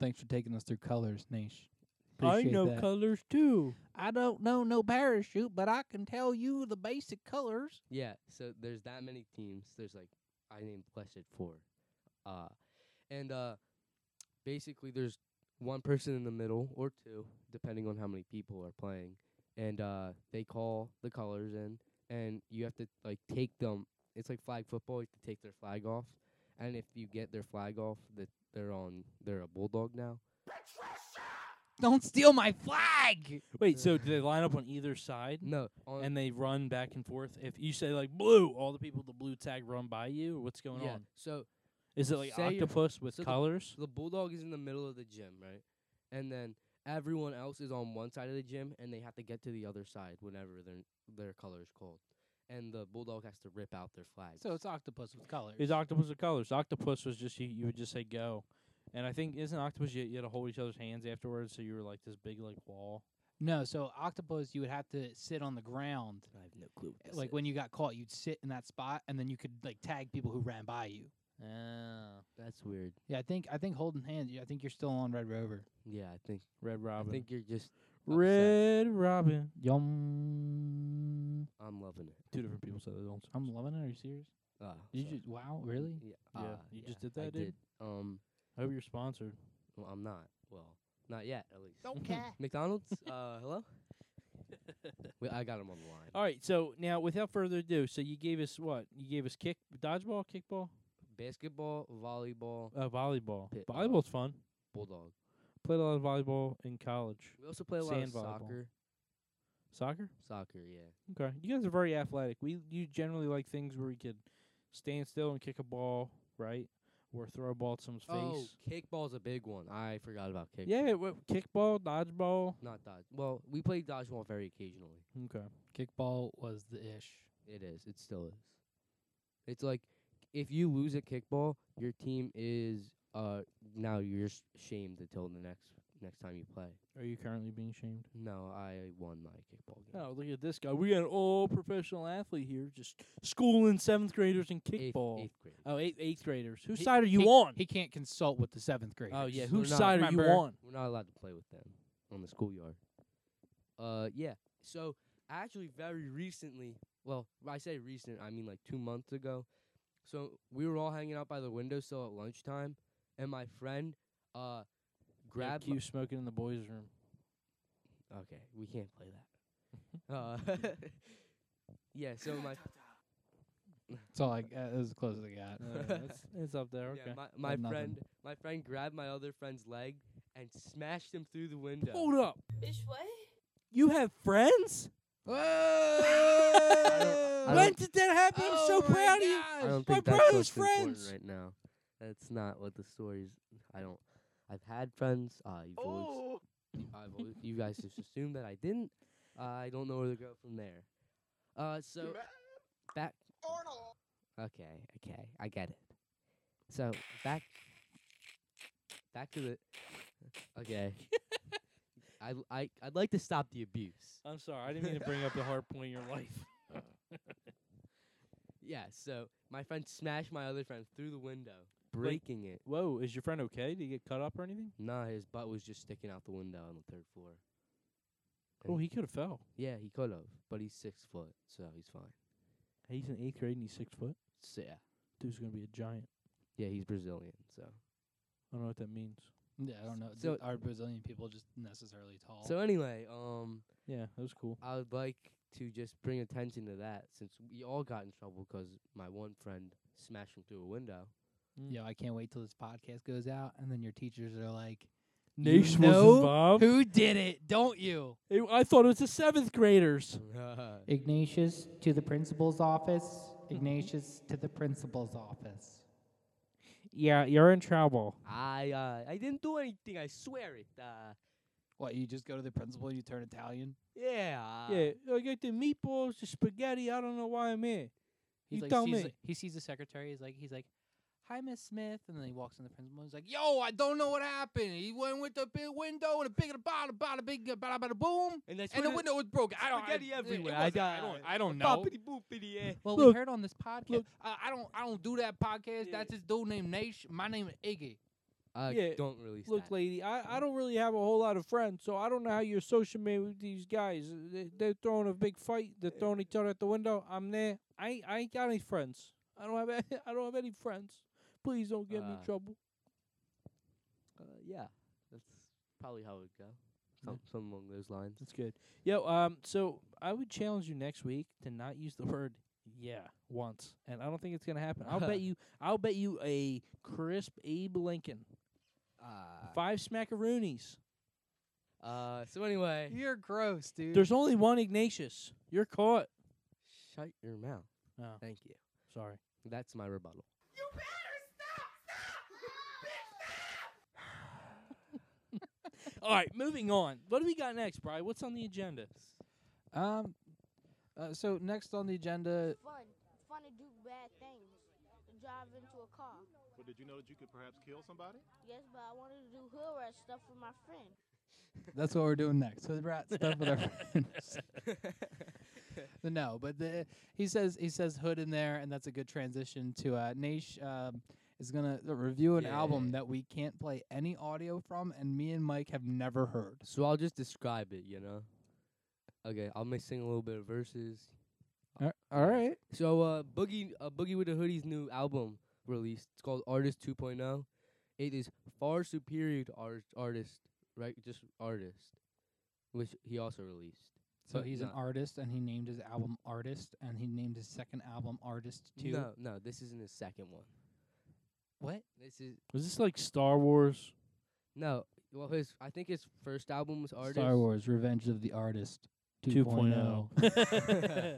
[SPEAKER 1] Thanks for taking us through colors, Nish.
[SPEAKER 2] I know colors too.
[SPEAKER 1] I don't know no parachute, but I can tell you the basic colors.
[SPEAKER 3] yeah. So there's that many teams. There's like I named Blessed four, uh, and uh, basically there's one person in the middle or two, depending on how many people are playing, and uh, they call the colors in, and you have to like take them. It's like flag football. You have to take their flag off, and if you get their flag off, that they're on. They're a bulldog now.
[SPEAKER 1] Don't steal my flag.
[SPEAKER 2] Wait, so do they line up on either side
[SPEAKER 3] *laughs* No, on,
[SPEAKER 2] and they run back and forth? If you say like blue, all the people with the blue tag run by you. or What's going
[SPEAKER 3] yeah.
[SPEAKER 2] on?
[SPEAKER 3] So
[SPEAKER 2] Is it like
[SPEAKER 3] Say you're-
[SPEAKER 2] octopus with
[SPEAKER 3] so the-
[SPEAKER 2] colors?
[SPEAKER 3] the bulldog is in the middle of the gym, right? And then everyone else is on one side of the gym, and they have to get to the other side whenever their their color is called. And the bulldog has to rip out their flag.
[SPEAKER 1] So it's octopus with colors.
[SPEAKER 2] Is octopus with colors? Octopus was just you. You would just say go, and I think isn't octopus you, you had to hold each other's hands afterwards, so you were like this big like wall.
[SPEAKER 1] no, so octopus you would have to sit on the ground.
[SPEAKER 3] I have no clue. What
[SPEAKER 1] Like when you got caught, you'd sit in that spot, and then you could like tag people who ran by you.
[SPEAKER 2] Ah,
[SPEAKER 3] that's weird.
[SPEAKER 1] Yeah, I think I think holding hands. yeah, I think you're still on Red Rover.
[SPEAKER 3] Yeah, I think
[SPEAKER 2] Red Robin.
[SPEAKER 3] I think you're just upset.
[SPEAKER 2] Red Robin.
[SPEAKER 1] Yum.
[SPEAKER 3] I'm loving it.
[SPEAKER 2] Two different people said it once.
[SPEAKER 1] I'm loving it. Are you serious?
[SPEAKER 3] Uh,
[SPEAKER 1] Did you? Wow, really?
[SPEAKER 3] Yeah.
[SPEAKER 2] Yeah,
[SPEAKER 3] uh,
[SPEAKER 2] you
[SPEAKER 3] yeah,
[SPEAKER 2] just did that,
[SPEAKER 3] I
[SPEAKER 2] dude?
[SPEAKER 3] did. Um,
[SPEAKER 2] I hope you're sponsored.
[SPEAKER 3] well, I'm not. Well, not yet, at least.
[SPEAKER 2] Don't
[SPEAKER 1] care. *laughs*
[SPEAKER 3] McDonald's. uh, hello. Wait, I got him on the line.
[SPEAKER 1] Oh.
[SPEAKER 2] All right, so now without further ado, so you gave us what? You gave us kick, dodgeball, kickball,
[SPEAKER 3] Basketball, volleyball,
[SPEAKER 2] uh, volleyball.
[SPEAKER 3] Pit- uh,
[SPEAKER 2] Volleyball's fun.
[SPEAKER 3] bulldog.
[SPEAKER 2] Played a lot of volleyball in college.
[SPEAKER 3] We also play a lot
[SPEAKER 2] Sand
[SPEAKER 3] of
[SPEAKER 2] volleyball.
[SPEAKER 3] soccer.
[SPEAKER 2] Soccer.
[SPEAKER 3] Soccer, yeah.
[SPEAKER 2] Okay, you guys are very athletic. We you generally like things where we could stand still and kick a ball, right? Or throw a ball at someone's
[SPEAKER 3] Oh,
[SPEAKER 2] face.
[SPEAKER 3] kickball's a big one. I forgot about kickball.
[SPEAKER 2] Yeah, w- kickball, dodgeball.
[SPEAKER 3] Not dodge. Well, we play dodgeball very occasionally.
[SPEAKER 2] Okay.
[SPEAKER 1] Kickball was the ish.
[SPEAKER 3] It is. It still is. It's like if you lose at kickball, your team is uh now you're s- shamed until the next next time you play.
[SPEAKER 2] Are you currently being shamed?
[SPEAKER 3] No, I won my kickball game.
[SPEAKER 2] Oh, look at this guy. We got an all professional athlete here, just schooling seventh graders in
[SPEAKER 3] Eighth-
[SPEAKER 2] kickball.
[SPEAKER 3] Eighth, grade.
[SPEAKER 2] Oh, eighth, eighth graders. Whose
[SPEAKER 1] He-
[SPEAKER 2] side are you
[SPEAKER 1] he-
[SPEAKER 2] on?
[SPEAKER 1] He can't consult with the seventh grade.
[SPEAKER 2] oh yeah,
[SPEAKER 3] We're
[SPEAKER 2] whose
[SPEAKER 3] not-
[SPEAKER 2] side are you
[SPEAKER 1] remember-
[SPEAKER 2] on?
[SPEAKER 3] We're not allowed to play with them on the schoolyard. Uh, yeah. So actually, very recently, well, when I say recent, I mean like two months ago. So we were all hanging out by the windowsill at lunchtime, and my friend, uh, grabbed.
[SPEAKER 2] you smoking in the boys' *laughs* room.
[SPEAKER 3] my- okay, we can't play that. uh, *laughs* yeah. So my
[SPEAKER 1] That's all I. Uh, that was as close as I got. *laughs*
[SPEAKER 2] Uh, that's, that's up there. Okay.
[SPEAKER 3] yeah, my, my
[SPEAKER 1] nothing.
[SPEAKER 3] friend my friend grabbed my other friend's leg and smashed him through the window.
[SPEAKER 2] Hold up.
[SPEAKER 7] Bitch, what?
[SPEAKER 2] You have friends?
[SPEAKER 3] I
[SPEAKER 2] *laughs* when
[SPEAKER 3] don't-
[SPEAKER 2] did that happen? I'm so proud of you.
[SPEAKER 3] I don't
[SPEAKER 2] My
[SPEAKER 3] think
[SPEAKER 2] brother's
[SPEAKER 3] that's what's important
[SPEAKER 2] friends.
[SPEAKER 3] right now. That's not what the story's. I don't. I've had friends. Uh, you've always,
[SPEAKER 2] Oh!
[SPEAKER 6] Ooh.
[SPEAKER 3] you- I've always, you guys just assumed that I didn't. Uh, I don't know where to go from there. Uh, so back.
[SPEAKER 6] Arnold.
[SPEAKER 3] Okay, okay, I get it. So back, back to the.
[SPEAKER 2] *laughs*
[SPEAKER 3] Okay. I I I'd like to stop the abuse.
[SPEAKER 2] I'm sorry. I didn't mean to bring up the hard point in your life.
[SPEAKER 3] Yeah. So my friend smashed my other friend through the window. breaking it.
[SPEAKER 2] *laughs* Whoa, is your friend okay? Did he get cut up or anything?
[SPEAKER 3] Nah, his butt was just sticking out the window on the third floor.
[SPEAKER 2] Oh,
[SPEAKER 3] And-
[SPEAKER 2] he could have fell.
[SPEAKER 3] Yeah, he could have, but he's six foot, so he's fine.
[SPEAKER 2] He's in eighth grade and he's six foot.
[SPEAKER 3] So, yeah,
[SPEAKER 2] Dude's gonna be a giant.
[SPEAKER 3] yeah, he's Brazilian, so.
[SPEAKER 2] I don't know what that means.
[SPEAKER 1] Yeah, I don't know.
[SPEAKER 3] So-
[SPEAKER 1] So are Brazilian people just necessarily tall?
[SPEAKER 3] So anyway, um,
[SPEAKER 2] Yeah, that was cool.
[SPEAKER 3] I would like to just bring attention to that since we all got in trouble 'cause my one friend smashed him through a *laughs* window.
[SPEAKER 1] Yo, I can't wait till this podcast goes out, and then your teachers are like,
[SPEAKER 2] Nash was
[SPEAKER 1] know
[SPEAKER 2] involved.
[SPEAKER 1] "Who did it? Don't you?"
[SPEAKER 2] It- I thought it was the seventh graders.
[SPEAKER 1] Ignatius to the principal's office. Ignatius to the principal's office.
[SPEAKER 2] Yeah, you're in trouble.
[SPEAKER 3] I uh, I didn't do anything. I swear it. Uh,
[SPEAKER 1] What? You just go to the principal and you turn Italian?
[SPEAKER 3] yeah. uh,
[SPEAKER 2] yeah, I got the meatballs, the spaghetti. I don't know why I'm here.
[SPEAKER 1] He's
[SPEAKER 2] You
[SPEAKER 1] like,
[SPEAKER 2] tell
[SPEAKER 1] sees
[SPEAKER 2] me.
[SPEAKER 1] the- he sees the secretary. He's like, he's like, "Hi, Miss Smith," and then he walks in the principal. He's like, "Yo, I don't know what happened. He went with the big window and a big bada bada big bada bada boom,
[SPEAKER 3] And that's
[SPEAKER 1] and the window was broken. I don't.
[SPEAKER 3] spaghetti
[SPEAKER 1] I,
[SPEAKER 3] everywhere.
[SPEAKER 1] It,
[SPEAKER 3] I
[SPEAKER 1] wasn't- I,
[SPEAKER 3] don't-
[SPEAKER 1] don't. I don't know.
[SPEAKER 3] Boppity boopity, yeah.
[SPEAKER 1] Well, we
[SPEAKER 2] Look.
[SPEAKER 1] heard on this podcast.
[SPEAKER 2] Look.
[SPEAKER 1] Uh, I don't. I don't do that podcast.
[SPEAKER 3] Yeah.
[SPEAKER 1] That's this dude named Nash. My name is Iggy.
[SPEAKER 3] Uh,
[SPEAKER 2] Yeah,
[SPEAKER 3] Don't release
[SPEAKER 2] Look,
[SPEAKER 3] that.
[SPEAKER 2] lady, I, I don't really have a whole lot of friends, so I don't know how you associate me with these guys. Uh, They, they're throwing a big fight.
[SPEAKER 3] Eh.
[SPEAKER 2] They're throwing each other at the window. I'm there. I ain't, I ain't got any friends. I don't have *laughs* any, I don't have any friends. Please don't get me in
[SPEAKER 1] Ah.
[SPEAKER 3] Uh,
[SPEAKER 2] trouble.
[SPEAKER 3] Uh, yeah, that's probably how it would go. Some, Something along those lines.
[SPEAKER 2] That's good. Yo, um, so I would challenge you next week to not use the word yeah once, and I don't think it's gonna happen.
[SPEAKER 1] *laughs*
[SPEAKER 2] I'll bet you, I'll bet you a crisp Abe Lincoln,
[SPEAKER 1] Ah.
[SPEAKER 3] Uh,
[SPEAKER 2] five smackaroonies.
[SPEAKER 3] uh, so anyway,
[SPEAKER 1] You're gross, dude.
[SPEAKER 2] There's only one Ignatius. You're caught.
[SPEAKER 3] shut your mouth.
[SPEAKER 2] Oh.
[SPEAKER 3] Thank you.
[SPEAKER 2] Sorry.
[SPEAKER 3] That's my rebuttal.
[SPEAKER 4] You better stop! *laughs* Stop!
[SPEAKER 2] All right, moving on. What do we got next, Brian? What's on the agenda?
[SPEAKER 1] um. Uh, so next on the agenda,
[SPEAKER 4] Fun. It's fun to do bad things. To drive into a car.
[SPEAKER 5] But did you know that you could perhaps kill somebody?
[SPEAKER 4] Yes, but I wanted to do hood rat stuff with my friend.
[SPEAKER 1] that's what we're doing next. So the rat *laughs* stuff with our friends. *laughs* No, but the, he says he says hood in there, and that's a good transition to uh, Nash. Um, is gonna uh, review an
[SPEAKER 3] Yeah.
[SPEAKER 1] album that we can't play any audio from, and me and Mike have never heard.
[SPEAKER 3] So I'll just describe it, you know. Okay, I'll may sing a little bit of verses.
[SPEAKER 1] All right.
[SPEAKER 3] So uh, Boogie, uh, Boogie with the Hoodie's new album released. It's called Artist 2.0. It is far superior to art, Artist, right? Just Artist, which he also released.
[SPEAKER 1] So
[SPEAKER 3] But
[SPEAKER 1] he's an
[SPEAKER 3] no.
[SPEAKER 1] artist, and he named his album Artist, and he named his second album Artist Two.
[SPEAKER 3] No, no, this isn't his second one.
[SPEAKER 1] What?
[SPEAKER 3] This is
[SPEAKER 2] *laughs* Was this like Star Wars?
[SPEAKER 3] no. Well, his I think his first album was Artist.
[SPEAKER 1] Star Wars: Revenge of the Artist oh. 2.0.
[SPEAKER 2] *laughs* 2.0.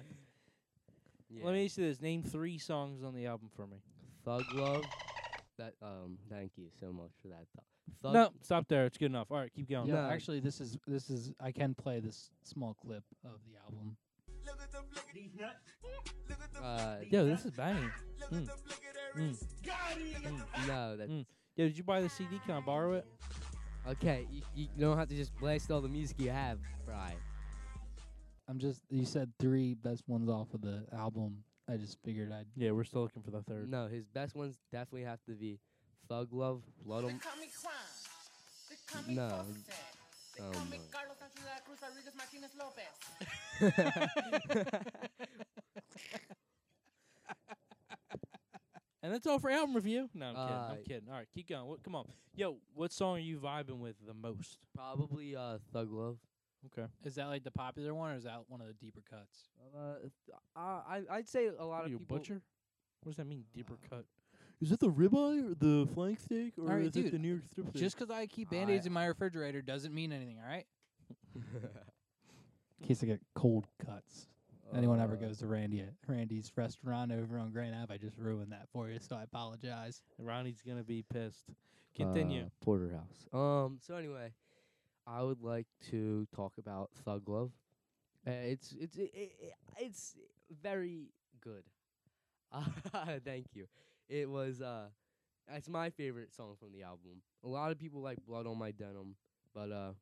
[SPEAKER 3] Yeah.
[SPEAKER 2] Let me ask you this. Name three songs on the album for me.
[SPEAKER 3] Thug Love. That um, thank you so much for that. Thug- Thug
[SPEAKER 2] no, stop there. It's good enough. All right, keep
[SPEAKER 1] Yeah,
[SPEAKER 2] going.
[SPEAKER 3] No.
[SPEAKER 1] actually, this is this is I can play this small clip of the album.
[SPEAKER 3] Uh,
[SPEAKER 2] Yo, this is mm. Mm-hmm. banging. Mm.
[SPEAKER 3] no, that.
[SPEAKER 2] Yo, did you buy the CD? Can I borrow it?
[SPEAKER 3] Okay, you, you don't have to just blast all the music you have, Fry.
[SPEAKER 1] I'm just you said three best ones off of the album. I just figured I'd
[SPEAKER 2] Yeah, we're still looking for the third.
[SPEAKER 3] No, his best ones definitely have to be Thug Love, Blood on.
[SPEAKER 7] call me crime. They call me
[SPEAKER 3] No.
[SPEAKER 7] Offset. They
[SPEAKER 3] Oh,
[SPEAKER 7] call me
[SPEAKER 3] my.
[SPEAKER 7] Carlos Ancelotti Cruz Rodriguez Martinez Lopez.
[SPEAKER 2] *laughs* And that's all for album review. No, I'm kidding.
[SPEAKER 3] Uh,
[SPEAKER 2] I'm kidding. All right, keep going. What, come on. Yo, what song are you vibing with the most?
[SPEAKER 3] Probably uh, Thug Love.
[SPEAKER 2] Okay.
[SPEAKER 1] Is that like the popular one, or is that one of the deeper cuts?
[SPEAKER 3] Uh, th- uh, I I'd say a lot
[SPEAKER 2] What
[SPEAKER 3] of
[SPEAKER 2] are you, a
[SPEAKER 3] people. *laughs*
[SPEAKER 2] butcher? What does that mean, deeper
[SPEAKER 3] Uh,
[SPEAKER 2] cut? Is it the ribeye or the flank steak or
[SPEAKER 1] Alright, dude,
[SPEAKER 2] New York strip
[SPEAKER 1] Just 'cause I keep
[SPEAKER 3] I-
[SPEAKER 1] band aids in my refrigerator doesn't mean anything. All right. In case I get cold cuts. Anyone ever
[SPEAKER 3] Uh,
[SPEAKER 1] goes to Randy at Randy's restaurant over on Grand Ave, I just ruined that for you, so I apologize.
[SPEAKER 2] Ronnie's gonna be pissed. Continue.
[SPEAKER 3] Uh, Porterhouse. Um. So anyway, I would like to talk about Thug Love. Uh, it's it's it, it, it- it's very good. *laughs* Uh, thank you. It was uh, it's my favorite song from the album. A lot of people like Blood on My Denim, but uh,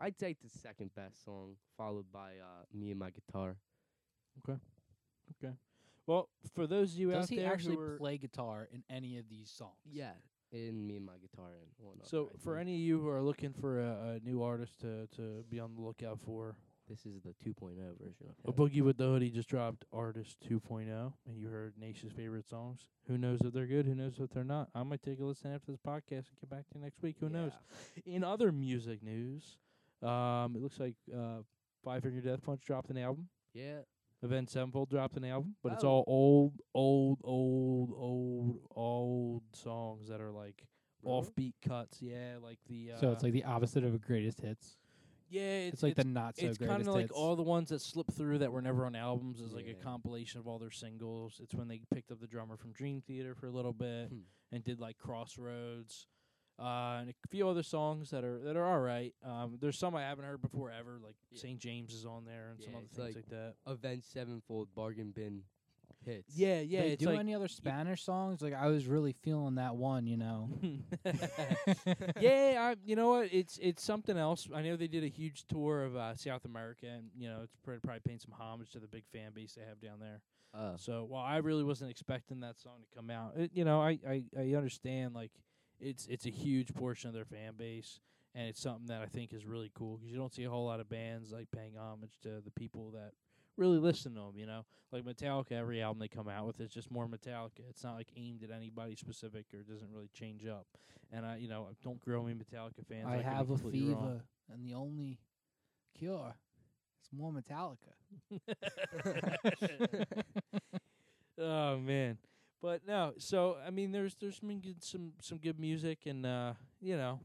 [SPEAKER 3] I'd say it's the second best song, followed by uh, Me and My Guitar.
[SPEAKER 2] okay. Well, for those of you
[SPEAKER 1] Does
[SPEAKER 2] out
[SPEAKER 1] he
[SPEAKER 2] there
[SPEAKER 1] actually
[SPEAKER 2] who are,
[SPEAKER 1] play guitar in any of these songs?
[SPEAKER 3] Yeah, and me and my guitar and whatnot.
[SPEAKER 2] so
[SPEAKER 3] I
[SPEAKER 2] for
[SPEAKER 3] think
[SPEAKER 2] any of you who are looking for a, a new artist to, to be on the lookout for,
[SPEAKER 3] this is the 2.0 version
[SPEAKER 2] a
[SPEAKER 3] of him.
[SPEAKER 2] boogie with the hoodie just dropped Artist 2.0, and you heard Nation's favorite songs. Who knows if they're good? Who knows if they're not? I might take a listen after this podcast and get back to you next week. Who knows? In other music news, um, it looks like uh, Five Finger Death Punch dropped an album.
[SPEAKER 3] Yeah,
[SPEAKER 2] Event Sevenfold dropped an album, but it's
[SPEAKER 3] Oh.
[SPEAKER 2] all old, old, old, old, old songs that are like
[SPEAKER 3] Really?
[SPEAKER 2] offbeat cuts. Yeah, like the uh,
[SPEAKER 1] So it's like the opposite of a greatest hits.
[SPEAKER 2] yeah, it's,
[SPEAKER 1] It's, like the not so
[SPEAKER 2] it's
[SPEAKER 1] greatest
[SPEAKER 2] kind
[SPEAKER 1] hits.
[SPEAKER 2] of like all the ones that slip through that were never on albums is like
[SPEAKER 3] Yeah.
[SPEAKER 2] a compilation of all their singles. It's when they picked up the drummer from Dream Theater for a little bit
[SPEAKER 3] Hmm.
[SPEAKER 2] and did like Crossroads uh, and a few other songs that are that are all right. Um, there's some I haven't heard before ever, like
[SPEAKER 3] Yeah.
[SPEAKER 2] St. James is on there and some
[SPEAKER 3] Yeah,
[SPEAKER 2] other
[SPEAKER 3] it's
[SPEAKER 2] things
[SPEAKER 3] like-
[SPEAKER 2] like that.
[SPEAKER 3] Avenged Sevenfold bargain bin hits.
[SPEAKER 2] Yeah, yeah,
[SPEAKER 1] They
[SPEAKER 2] it's
[SPEAKER 1] do
[SPEAKER 2] like
[SPEAKER 1] any other Spanish songs? Like I was really feeling that one, you know.
[SPEAKER 2] *laughs*
[SPEAKER 1] *laughs*
[SPEAKER 2] yeah, I, you know what? It's it's something else. I know they did a huge tour of uh, South America, and you know it's pr- probably paying some homage to the big fan base they have down there.
[SPEAKER 3] Uh,
[SPEAKER 2] So while I really wasn't expecting that song to come out, it, you know, I, I I understand like it's it's a huge portion of their fan base, and it's something that I think is really cool because you don't see a whole lot of bands like paying homage to the people that really listen to them. You know, like Metallica, every album they come out with is just more Metallica. It's not like aimed at anybody specific or it doesn't really change up. And I, you know, don't grow me Metallica fans.
[SPEAKER 1] I
[SPEAKER 2] could be
[SPEAKER 1] have a
[SPEAKER 2] completely
[SPEAKER 1] fever,
[SPEAKER 2] wrong.
[SPEAKER 1] and the only cure is more Metallica.
[SPEAKER 2] *laughs* oh man, but no. So I mean, there's there's been good, some some good music, and uh, you know,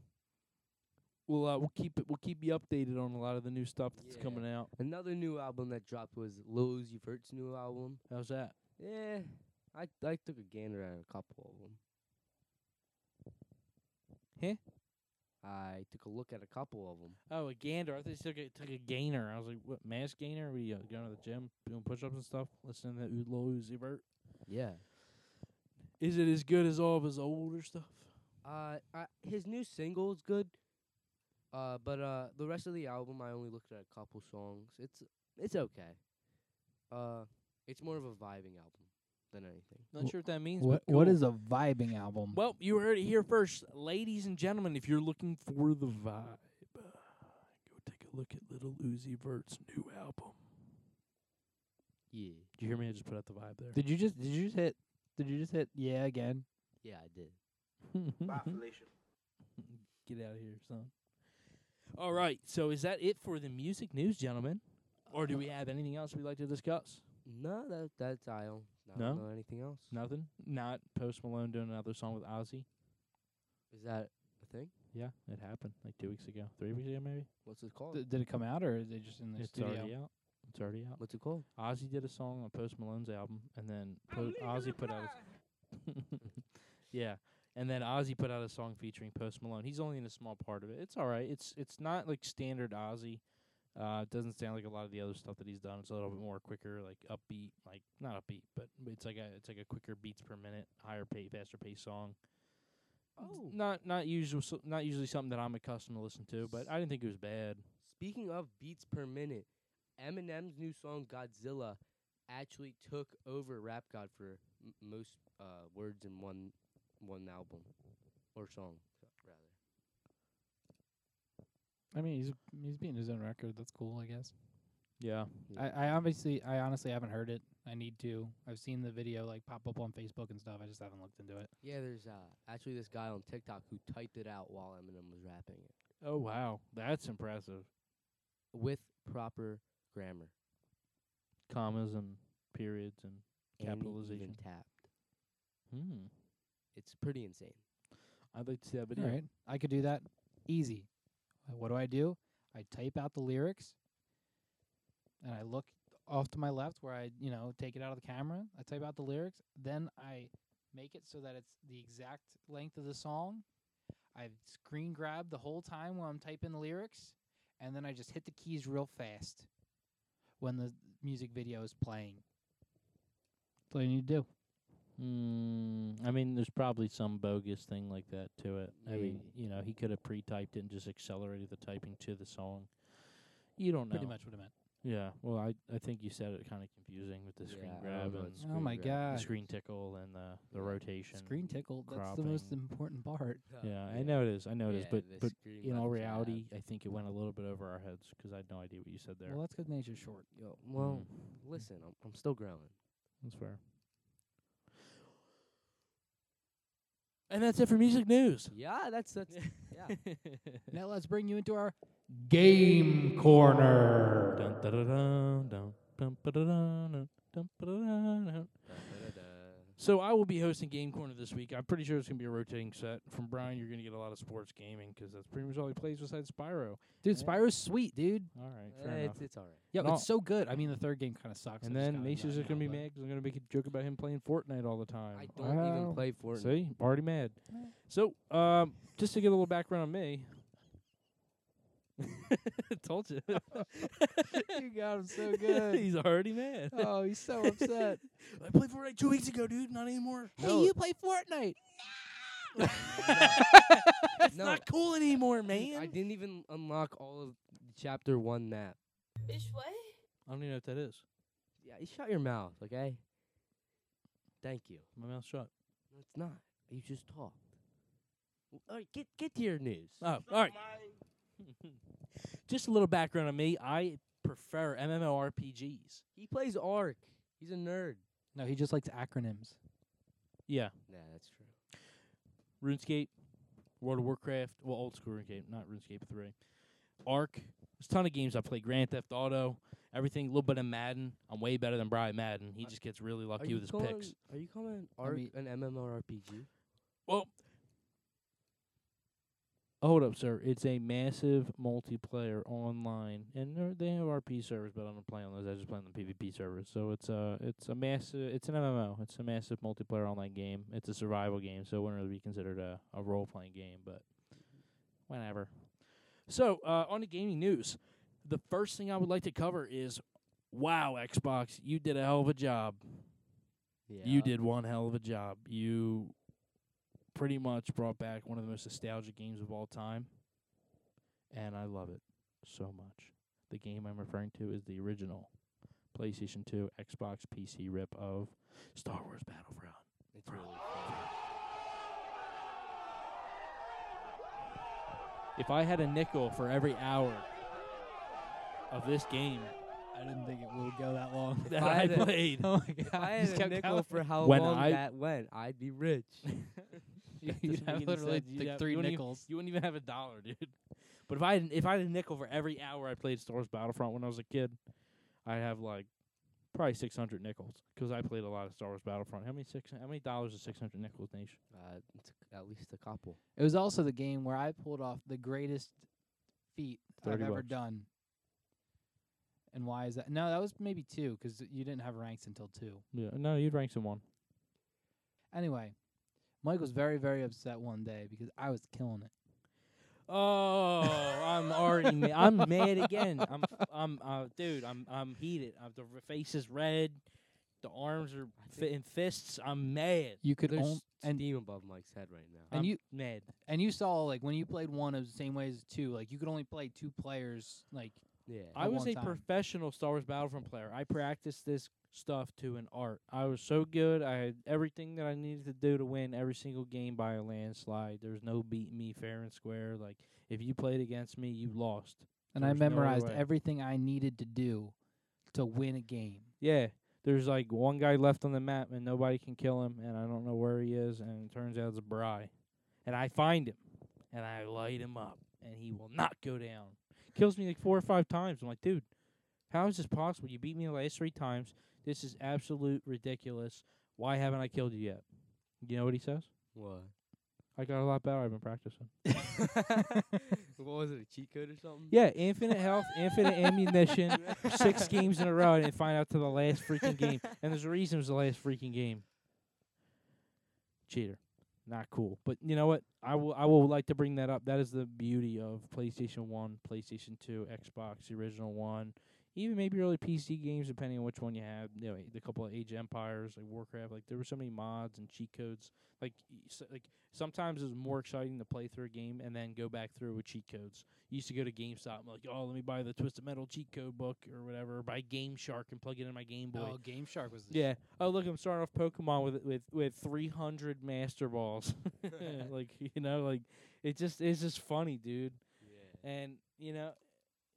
[SPEAKER 2] we'll uh, we'll keep it we'll keep you updated on a lot of the new stuff that's
[SPEAKER 3] Yeah.
[SPEAKER 2] coming out.
[SPEAKER 3] another new album that dropped was Lil Uzi Vert's new album.
[SPEAKER 2] How's that?
[SPEAKER 3] Yeah, I I took a gander at a couple of them.
[SPEAKER 2] Huh?
[SPEAKER 3] I took a look at a couple of them.
[SPEAKER 2] Oh, a gander. I thought he took a, took a gainer. I was like, what mass gainer? We uh, going to the gym, doing push ups and stuff, listening to U- Lil Uzi Vert.
[SPEAKER 3] Yeah.
[SPEAKER 2] Is it as good as all of his older stuff?
[SPEAKER 3] Uh, I, his new single's good. Uh, but uh, the rest of the album, I only looked at a couple songs. It's it's okay. Uh, it's more of a vibing album than anything.
[SPEAKER 2] Not
[SPEAKER 1] Wh-
[SPEAKER 2] sure what that means.
[SPEAKER 1] What
[SPEAKER 2] but
[SPEAKER 1] what
[SPEAKER 2] cool.
[SPEAKER 1] is a vibing album?
[SPEAKER 2] Well, you heard it here first, ladies and gentlemen. If you're looking for the vibe, uh, go take a look at Little Uzi Vert's new album.
[SPEAKER 3] Yeah,
[SPEAKER 2] Did you hear me? I just put out the vibe *laughs* there.
[SPEAKER 1] Did you just did you just hit did you just hit yeah again?
[SPEAKER 3] yeah, I did.
[SPEAKER 6] Bye, Felicia.
[SPEAKER 2] Get out of here, son. All right. So is that it for the music news, gentlemen? Or do we have anything else we'd like to discuss?
[SPEAKER 3] No, that that's I don't, I
[SPEAKER 2] No?
[SPEAKER 3] don't know anything else.
[SPEAKER 2] Nothing. Not Post Malone doing another song with Ozzy.
[SPEAKER 3] Is that a thing?
[SPEAKER 2] Yeah, it happened like two weeks ago, three weeks ago, maybe.
[SPEAKER 3] What's it called?
[SPEAKER 1] Th- did it come out or is it just in the
[SPEAKER 2] It's
[SPEAKER 1] studio?
[SPEAKER 2] already out. It's already out.
[SPEAKER 3] What's it called?
[SPEAKER 2] Ozzy did a song on Post Malone's album, and then po- Ozzy put out. A *laughs* yeah, and then Ozzy put out a song featuring Post Malone. He's only in a small part of it. It's all right. It's it's not like standard Ozzy. Uh, it doesn't sound like a lot of the other stuff that he's done. It's a little bit more quicker, like upbeat, like not upbeat, but it's like a it's like a quicker beats per minute, higher pay, faster pace song. It's
[SPEAKER 3] Oh.
[SPEAKER 2] Not not usual, so- not usually something that I'm accustomed to listen to, but I didn't think it was bad.
[SPEAKER 3] Speaking of beats per minute, Eminem's new song Godzilla actually took over Rap God for m- most uh, words in one one album or song, rather.
[SPEAKER 1] I mean, he's he's beating his own record. That's cool, I guess.
[SPEAKER 2] Yeah,
[SPEAKER 1] I, I obviously I honestly haven't heard it. I need to. I've seen the video like pop up on Facebook and stuff. I just haven't looked into it.
[SPEAKER 3] Yeah, there's uh, actually this guy on TikTok who typed it out while Eminem was rapping it
[SPEAKER 2] Oh wow, that's impressive.
[SPEAKER 3] with proper grammar.
[SPEAKER 2] Commas and periods and
[SPEAKER 3] and he even
[SPEAKER 2] Capitalization.
[SPEAKER 3] tapped.
[SPEAKER 2] hmm.
[SPEAKER 3] It's pretty insane.
[SPEAKER 2] I'd like to see that
[SPEAKER 1] All
[SPEAKER 2] video.
[SPEAKER 1] right, I could do that easy. Uh, What do I do? I type out the lyrics, and I look off to my left where I you know take it out of the camera. I type out the lyrics, then I make it so that it's the exact length of the song. I screen grab the whole time while I'm typing the lyrics, and then I just hit the keys real fast when the music video is playing. That's all you need to do.
[SPEAKER 2] Mm, I mean, there's probably some bogus thing like that to it. I mean,
[SPEAKER 3] Maybe.
[SPEAKER 2] you know, he could have pre-typed it and just accelerated the typing to the song. You don't know.
[SPEAKER 1] Pretty much what I meant.
[SPEAKER 2] Yeah. Well, I, I think you said it kind of confusing with the screen
[SPEAKER 3] Yeah, I don't
[SPEAKER 2] grab
[SPEAKER 3] know
[SPEAKER 2] and
[SPEAKER 3] what
[SPEAKER 1] Oh my
[SPEAKER 3] grab
[SPEAKER 2] the
[SPEAKER 1] god.
[SPEAKER 2] screen tickle and the, the
[SPEAKER 3] Yeah.
[SPEAKER 2] rotation.
[SPEAKER 1] Screen tickle. That's the most
[SPEAKER 2] cropping.
[SPEAKER 1] important part.
[SPEAKER 3] is.
[SPEAKER 2] Yeah, I know it is. I know it is.
[SPEAKER 3] oh, Yeah,
[SPEAKER 2] But
[SPEAKER 3] the
[SPEAKER 2] but
[SPEAKER 3] screen
[SPEAKER 2] in all
[SPEAKER 3] left jab.
[SPEAKER 2] reality, I think it went a little bit over our heads because I had no idea what you said there.
[SPEAKER 1] Well, that's because nature's short.
[SPEAKER 3] Yo, well,
[SPEAKER 2] Mm.
[SPEAKER 3] listen, I'm, I'm still growing.
[SPEAKER 2] That's fair. And that's it for music news.
[SPEAKER 3] Yeah, that's *laughs*
[SPEAKER 2] *laughs*
[SPEAKER 3] that's yeah.
[SPEAKER 1] now let's bring you into our game corner.
[SPEAKER 2] Dun, da, da, dun, dun, dun, ba, da, dun, dun, dun, ba, da, dun, dun. So I will be hosting Game Corner this week. I'm pretty sure it's going to be a rotating set. From Brian, you're going to get a lot of sports gaming 'cause that's pretty much all he plays besides Spyro.
[SPEAKER 1] Dude,
[SPEAKER 2] Yeah.
[SPEAKER 1] Spyro's sweet, dude.
[SPEAKER 2] All right,
[SPEAKER 3] Eh,
[SPEAKER 2] fair enough.
[SPEAKER 3] it's it's all right.
[SPEAKER 1] Yo,
[SPEAKER 2] No.
[SPEAKER 1] it's so good. I mean, the third game kind of sucks.
[SPEAKER 2] and
[SPEAKER 1] I just
[SPEAKER 2] then
[SPEAKER 1] kinda
[SPEAKER 2] Nature's
[SPEAKER 1] know
[SPEAKER 2] just going to be
[SPEAKER 1] now,
[SPEAKER 2] mad 'cause I'm going to make a joke about him playing Fortnite all the time.
[SPEAKER 3] I don't even
[SPEAKER 2] Wow.
[SPEAKER 3] play Fortnite.
[SPEAKER 2] See, I'm already mad. So, um, just to get a little background on me. *laughs* Told
[SPEAKER 3] *laughs*
[SPEAKER 2] you.
[SPEAKER 1] but- you got him so good.
[SPEAKER 2] *laughs* He's already mad.
[SPEAKER 3] *laughs*
[SPEAKER 1] oh, he's so upset.
[SPEAKER 2] I played Fortnite two weeks ago, dude. Not anymore.
[SPEAKER 1] hey,
[SPEAKER 2] *laughs* No. *laughs*
[SPEAKER 1] you play Fortnite?
[SPEAKER 2] it's
[SPEAKER 3] No.
[SPEAKER 2] not cool anymore, man.
[SPEAKER 3] Dude, I didn't even unlock all of chapter one map.
[SPEAKER 8] Bitch, what?
[SPEAKER 2] I don't even know what that is.
[SPEAKER 3] Yeah, you shut your mouth, okay? Thank you.
[SPEAKER 2] My mouth shut.
[SPEAKER 3] No, it's not. You just talked. W- All right, get get to your news.
[SPEAKER 2] Oh, all right. *laughs* Just a little background on me. I prefer MMORPGs.
[SPEAKER 3] he plays Ark. He's a nerd.
[SPEAKER 1] No, he just likes acronyms.
[SPEAKER 2] Yeah,
[SPEAKER 3] Nah, that's true.
[SPEAKER 2] RuneScape, World of Warcraft, well, old school RuneScape, not RuneScape 3. Ark. There's a ton of games I play. Grand Theft Auto, everything, a little bit of Madden. I'm way better than Brian Madden. He just gets really
[SPEAKER 3] are
[SPEAKER 2] lucky
[SPEAKER 3] you
[SPEAKER 2] with his
[SPEAKER 3] calling,
[SPEAKER 2] picks.
[SPEAKER 3] Are you calling Ark
[SPEAKER 1] mean-
[SPEAKER 3] an MMORPG?
[SPEAKER 2] Well, hold up, sir. It's a massive multiplayer online, and they're- they have RP servers, but I don't play on those. I just play on the PvP servers. So it's a it's a massive it's an MMO. It's a massive multiplayer online game. It's a survival game, so it wouldn't really be considered a, a role playing game, but whatever. So uh, on the gaming news, the first thing I would like to cover is, wow, Xbox, you did a hell of a job.
[SPEAKER 3] Yeah.
[SPEAKER 2] You did one hell of a job. You pretty much brought back one of the most nostalgic games of all time, and I love it so much. The game I'm referring to is the original PlayStation 2 Xbox PC rip of Star Wars Battlefront.
[SPEAKER 3] It's really fun.
[SPEAKER 2] If I had a nickel for every hour of this game
[SPEAKER 1] I didn't think it would go that long. *laughs*
[SPEAKER 2] that
[SPEAKER 3] I
[SPEAKER 2] I,
[SPEAKER 3] had a-
[SPEAKER 2] played,
[SPEAKER 1] oh my god!
[SPEAKER 3] If *laughs* I
[SPEAKER 1] just
[SPEAKER 3] had a
[SPEAKER 1] kept
[SPEAKER 3] nickel *laughs*
[SPEAKER 1] going.
[SPEAKER 3] for how
[SPEAKER 2] When
[SPEAKER 3] long
[SPEAKER 2] I-
[SPEAKER 3] that went, I'd
[SPEAKER 1] *laughs*
[SPEAKER 3] be rich.
[SPEAKER 1] you'd have
[SPEAKER 2] doesn't make any
[SPEAKER 1] literally
[SPEAKER 2] sense. You'd
[SPEAKER 1] like
[SPEAKER 2] have-
[SPEAKER 1] three
[SPEAKER 2] you wouldn't even-
[SPEAKER 1] nickels.
[SPEAKER 2] you wouldn't even have a dollar, *laughs* dude. But if I had, if I had a nickel for every hour I played Star Wars Battlefront when I was a kid, I'd have like probably six hundred nickels because I played a lot of Star Wars Battlefront. How many six? How many dollars is six hundred nickels, Nation?
[SPEAKER 3] uh, it's at least a couple.
[SPEAKER 1] It was also the game where I pulled off the greatest feat I've
[SPEAKER 2] 30
[SPEAKER 1] ever
[SPEAKER 2] bucks.
[SPEAKER 1] done. And why is that? No, that was maybe two because you didn't have ranks until two.
[SPEAKER 2] Yeah, no, you'd rank some one.
[SPEAKER 1] Anyway, Mike was very, very upset one day because I was killing it.
[SPEAKER 2] Oh, I'm already ma- I'm mad again. I'm I'm uh, dude. I'm I'm heated. Uh, the face is red. The arms are fi- in fists. I'm mad.
[SPEAKER 1] You could
[SPEAKER 3] There's
[SPEAKER 1] only and
[SPEAKER 3] steam above Mike's head right now.
[SPEAKER 1] And
[SPEAKER 2] I'm
[SPEAKER 1] you-
[SPEAKER 2] mad.
[SPEAKER 1] and you saw like when you played one, it was the same way as two. Like you could only play two players. Like
[SPEAKER 3] Yeah.
[SPEAKER 2] I
[SPEAKER 1] at
[SPEAKER 2] was
[SPEAKER 1] one
[SPEAKER 2] a
[SPEAKER 1] time.
[SPEAKER 2] professional Star Wars Battlefront player. I practiced this stuff to an art. I was so good. I had everything that I needed to do to win every single game by a landslide. There was no beating me fair and square. Like if you played against me, you lost.
[SPEAKER 1] and
[SPEAKER 2] There
[SPEAKER 1] I
[SPEAKER 2] was no other
[SPEAKER 1] memorized
[SPEAKER 2] way.
[SPEAKER 1] everything I needed to do to win a game.
[SPEAKER 2] Yeah. There's like one guy left on the map and nobody can kill him and I don't know where he is and it turns out it's a Bry. And I find him and I light him up and he will not go down. Kills me like four or five times. I'm like, dude, how is this possible? You beat me the last three times. This is absolute ridiculous. Why haven't I killed you yet? You know what he says?
[SPEAKER 3] *laughs* What?
[SPEAKER 2] I got a lot better. I've been practicing.
[SPEAKER 3] what was it? A cheat code or something? *laughs*
[SPEAKER 2] Yeah, infinite health, infinite ammunition, six games in a row. I didn't find out to the last freaking
[SPEAKER 3] *laughs*
[SPEAKER 2] game, and there's a reason it was the last freaking game. Cheater, not cool. But you know what? I will. I will like to bring that up. That is the beauty of PlayStation One, PlayStation Two, Xbox, the original one, even maybe early PC games, depending on which one you have. You know, the couple of Age Empires, like Warcraft, like there were so many mods and cheat codes. Like, y- s like sometimes it was more exciting to play through a game and then go back through with cheat codes. You used to go to GameStop and like, oh, let me buy the Twisted Metal cheat code book or whatever, or buy Game Shark and plug it in my Game Boy.
[SPEAKER 1] Oh, Game Shark was. The
[SPEAKER 2] Yeah. Oh, look, I'm starting off Pokemon with with with 300 Master Balls. *laughs* like you know, like it just it's just funny, dude.
[SPEAKER 3] Yeah.
[SPEAKER 2] And you know,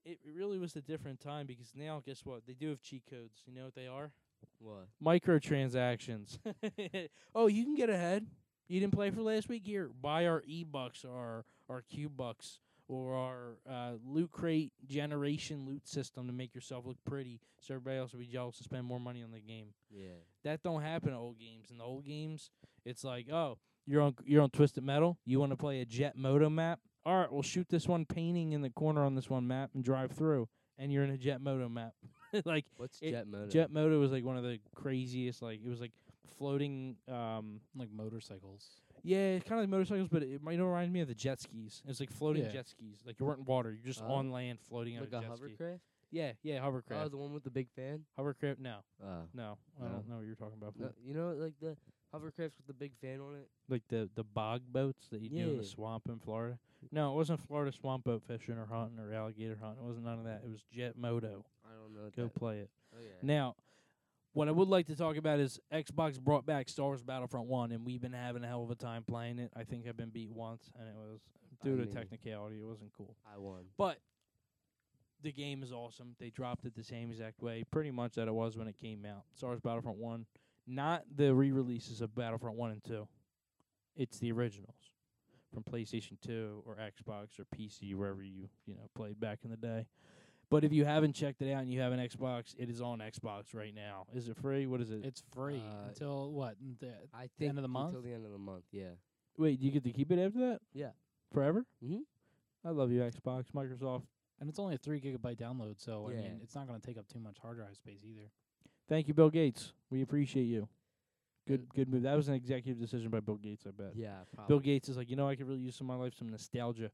[SPEAKER 2] it it really was a different time because now, guess what? They do have cheat codes. You know what they are?
[SPEAKER 3] What?
[SPEAKER 2] Microtransactions. *laughs* oh, you can get ahead. You didn't play for last week. Here, buy our e bucks, our our Q bucks, or our uh, loot crate generation loot system to make yourself look pretty, so everybody else will be jealous and spend more money on the game
[SPEAKER 3] Yeah.
[SPEAKER 2] that don't happen in old games. In the old games, it's like, oh, you're on you're on Twisted Metal. You want to play a Jet Moto map? All right, we'll shoot this one painting in the corner on this one map and drive through, and you're in a Jet Moto map. *laughs* like
[SPEAKER 3] What's
[SPEAKER 2] It-
[SPEAKER 3] jet motor?
[SPEAKER 2] Jet Moto was like one of the craziest. Like it was like floating. Um,
[SPEAKER 1] like motorcycles.
[SPEAKER 2] yeah, kind of like motorcycles, but it might remind me of the jet skis. It's like floating
[SPEAKER 1] Yeah.
[SPEAKER 2] jet skis. Like you weren't in water. You're just
[SPEAKER 3] Oh.
[SPEAKER 2] on land floating
[SPEAKER 3] like
[SPEAKER 2] on
[SPEAKER 3] a
[SPEAKER 2] a jet ski.
[SPEAKER 3] hovercraft?
[SPEAKER 2] Yeah, yeah, hovercraft.
[SPEAKER 3] Oh, the one with the big fan.
[SPEAKER 2] hovercraft? No,
[SPEAKER 3] Uh,
[SPEAKER 2] no, I
[SPEAKER 3] No.
[SPEAKER 2] don't know what you're talking about.
[SPEAKER 3] no, you know, like the hovercrafts with the big fan on it.
[SPEAKER 2] like the the bog boats that you do in the
[SPEAKER 3] Yeah.
[SPEAKER 2] swamp in Florida. No, it wasn't Florida swamp boat fishing or hunting or alligator hunting. It wasn't none of that. It was jet moto.
[SPEAKER 3] I don't know. what
[SPEAKER 2] Go
[SPEAKER 3] that-
[SPEAKER 2] play it.
[SPEAKER 3] Oh yeah.
[SPEAKER 2] Now, what I would like to talk about is Xbox brought back Star Wars Battlefront One, and we've been having a hell of a time playing it. I think I've been beat once, and it was
[SPEAKER 3] I
[SPEAKER 2] due to
[SPEAKER 3] mean-
[SPEAKER 2] technicality. It wasn't cool.
[SPEAKER 3] I won.
[SPEAKER 2] But the game is awesome. They dropped it the same exact way, pretty much that it was when it came out. Star Wars Battlefront One, not the re-releases of Battlefront One and Two. It's the originals from PlayStation Two or Xbox or PC, wherever you you know played back in the day. But if you haven't checked it out and you have an Xbox, it is on Xbox right now. Is it free? What is it?
[SPEAKER 1] It's free
[SPEAKER 3] Uh,
[SPEAKER 1] until what? The,
[SPEAKER 3] I think
[SPEAKER 1] the end of the month?
[SPEAKER 3] until the end of the month. Yeah.
[SPEAKER 2] Wait, do you get to keep it after that?
[SPEAKER 3] Yeah.
[SPEAKER 2] Forever?
[SPEAKER 3] Mhm.
[SPEAKER 2] I love you, Xbox, Microsoft.
[SPEAKER 1] and it's only a three gigabyte download, so I
[SPEAKER 3] Yeah.
[SPEAKER 1] mean, it's not going to take up too much hard drive space either.
[SPEAKER 2] Thank you, Bill Gates. We appreciate you. Good,
[SPEAKER 3] Uh,
[SPEAKER 2] good move. That was an executive decision by Bill Gates. I bet.
[SPEAKER 3] Yeah. Probably.
[SPEAKER 2] Bill Gates is like, you know, I could really use some of my life some nostalgia.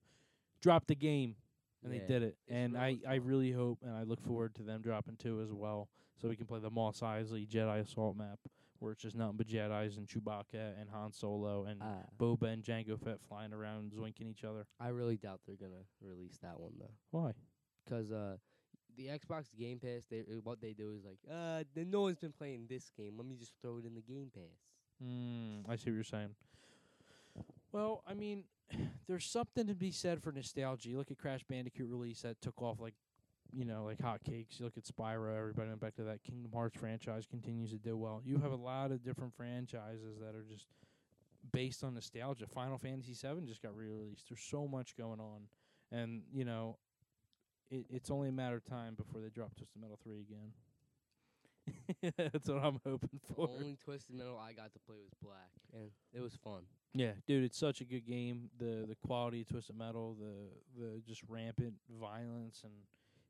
[SPEAKER 2] Drop the game, and they
[SPEAKER 3] Yeah.
[SPEAKER 2] did it.
[SPEAKER 3] It's
[SPEAKER 2] and
[SPEAKER 3] real,
[SPEAKER 2] I,
[SPEAKER 3] it's
[SPEAKER 2] I
[SPEAKER 3] fun.
[SPEAKER 2] really hope, and I look forward to them dropping two as well, so we can play the Moss Eisley Jedi Assault map, where it's just nothing but Jedi's and Chewbacca and Han Solo and
[SPEAKER 3] Ah,
[SPEAKER 2] Boba and Jango Fett flying around zoinking each other.
[SPEAKER 3] I really doubt they're gonna release that one though.
[SPEAKER 2] Why?
[SPEAKER 3] 'Cause uh, the Xbox Game Pass, they uh, what they do is like, uh, th- no one's been playing this game. Let me just throw it in the Game Pass.
[SPEAKER 2] Mm, I see what you're saying. Well, I mean, *sighs* there's something to be said for nostalgia. You look at Crash Bandicoot release that took off like, you know, like hotcakes. You look at Spyro. Everybody went back to that. Kingdom Hearts franchise continues to do well. You have a lot of different franchises that are just based on nostalgia. Final Fantasy VII just got re-released. There's so much going on, and you know, it, it's only a matter of time before they drop Twisted Metal Three again. *laughs* That's what I'm hoping
[SPEAKER 3] The
[SPEAKER 2] for.
[SPEAKER 3] only Twisted Metal I got to play was Black, and it was fun.
[SPEAKER 2] Yeah, dude, it's such a good game. The the quality of Twisted Metal, the the just rampant violence and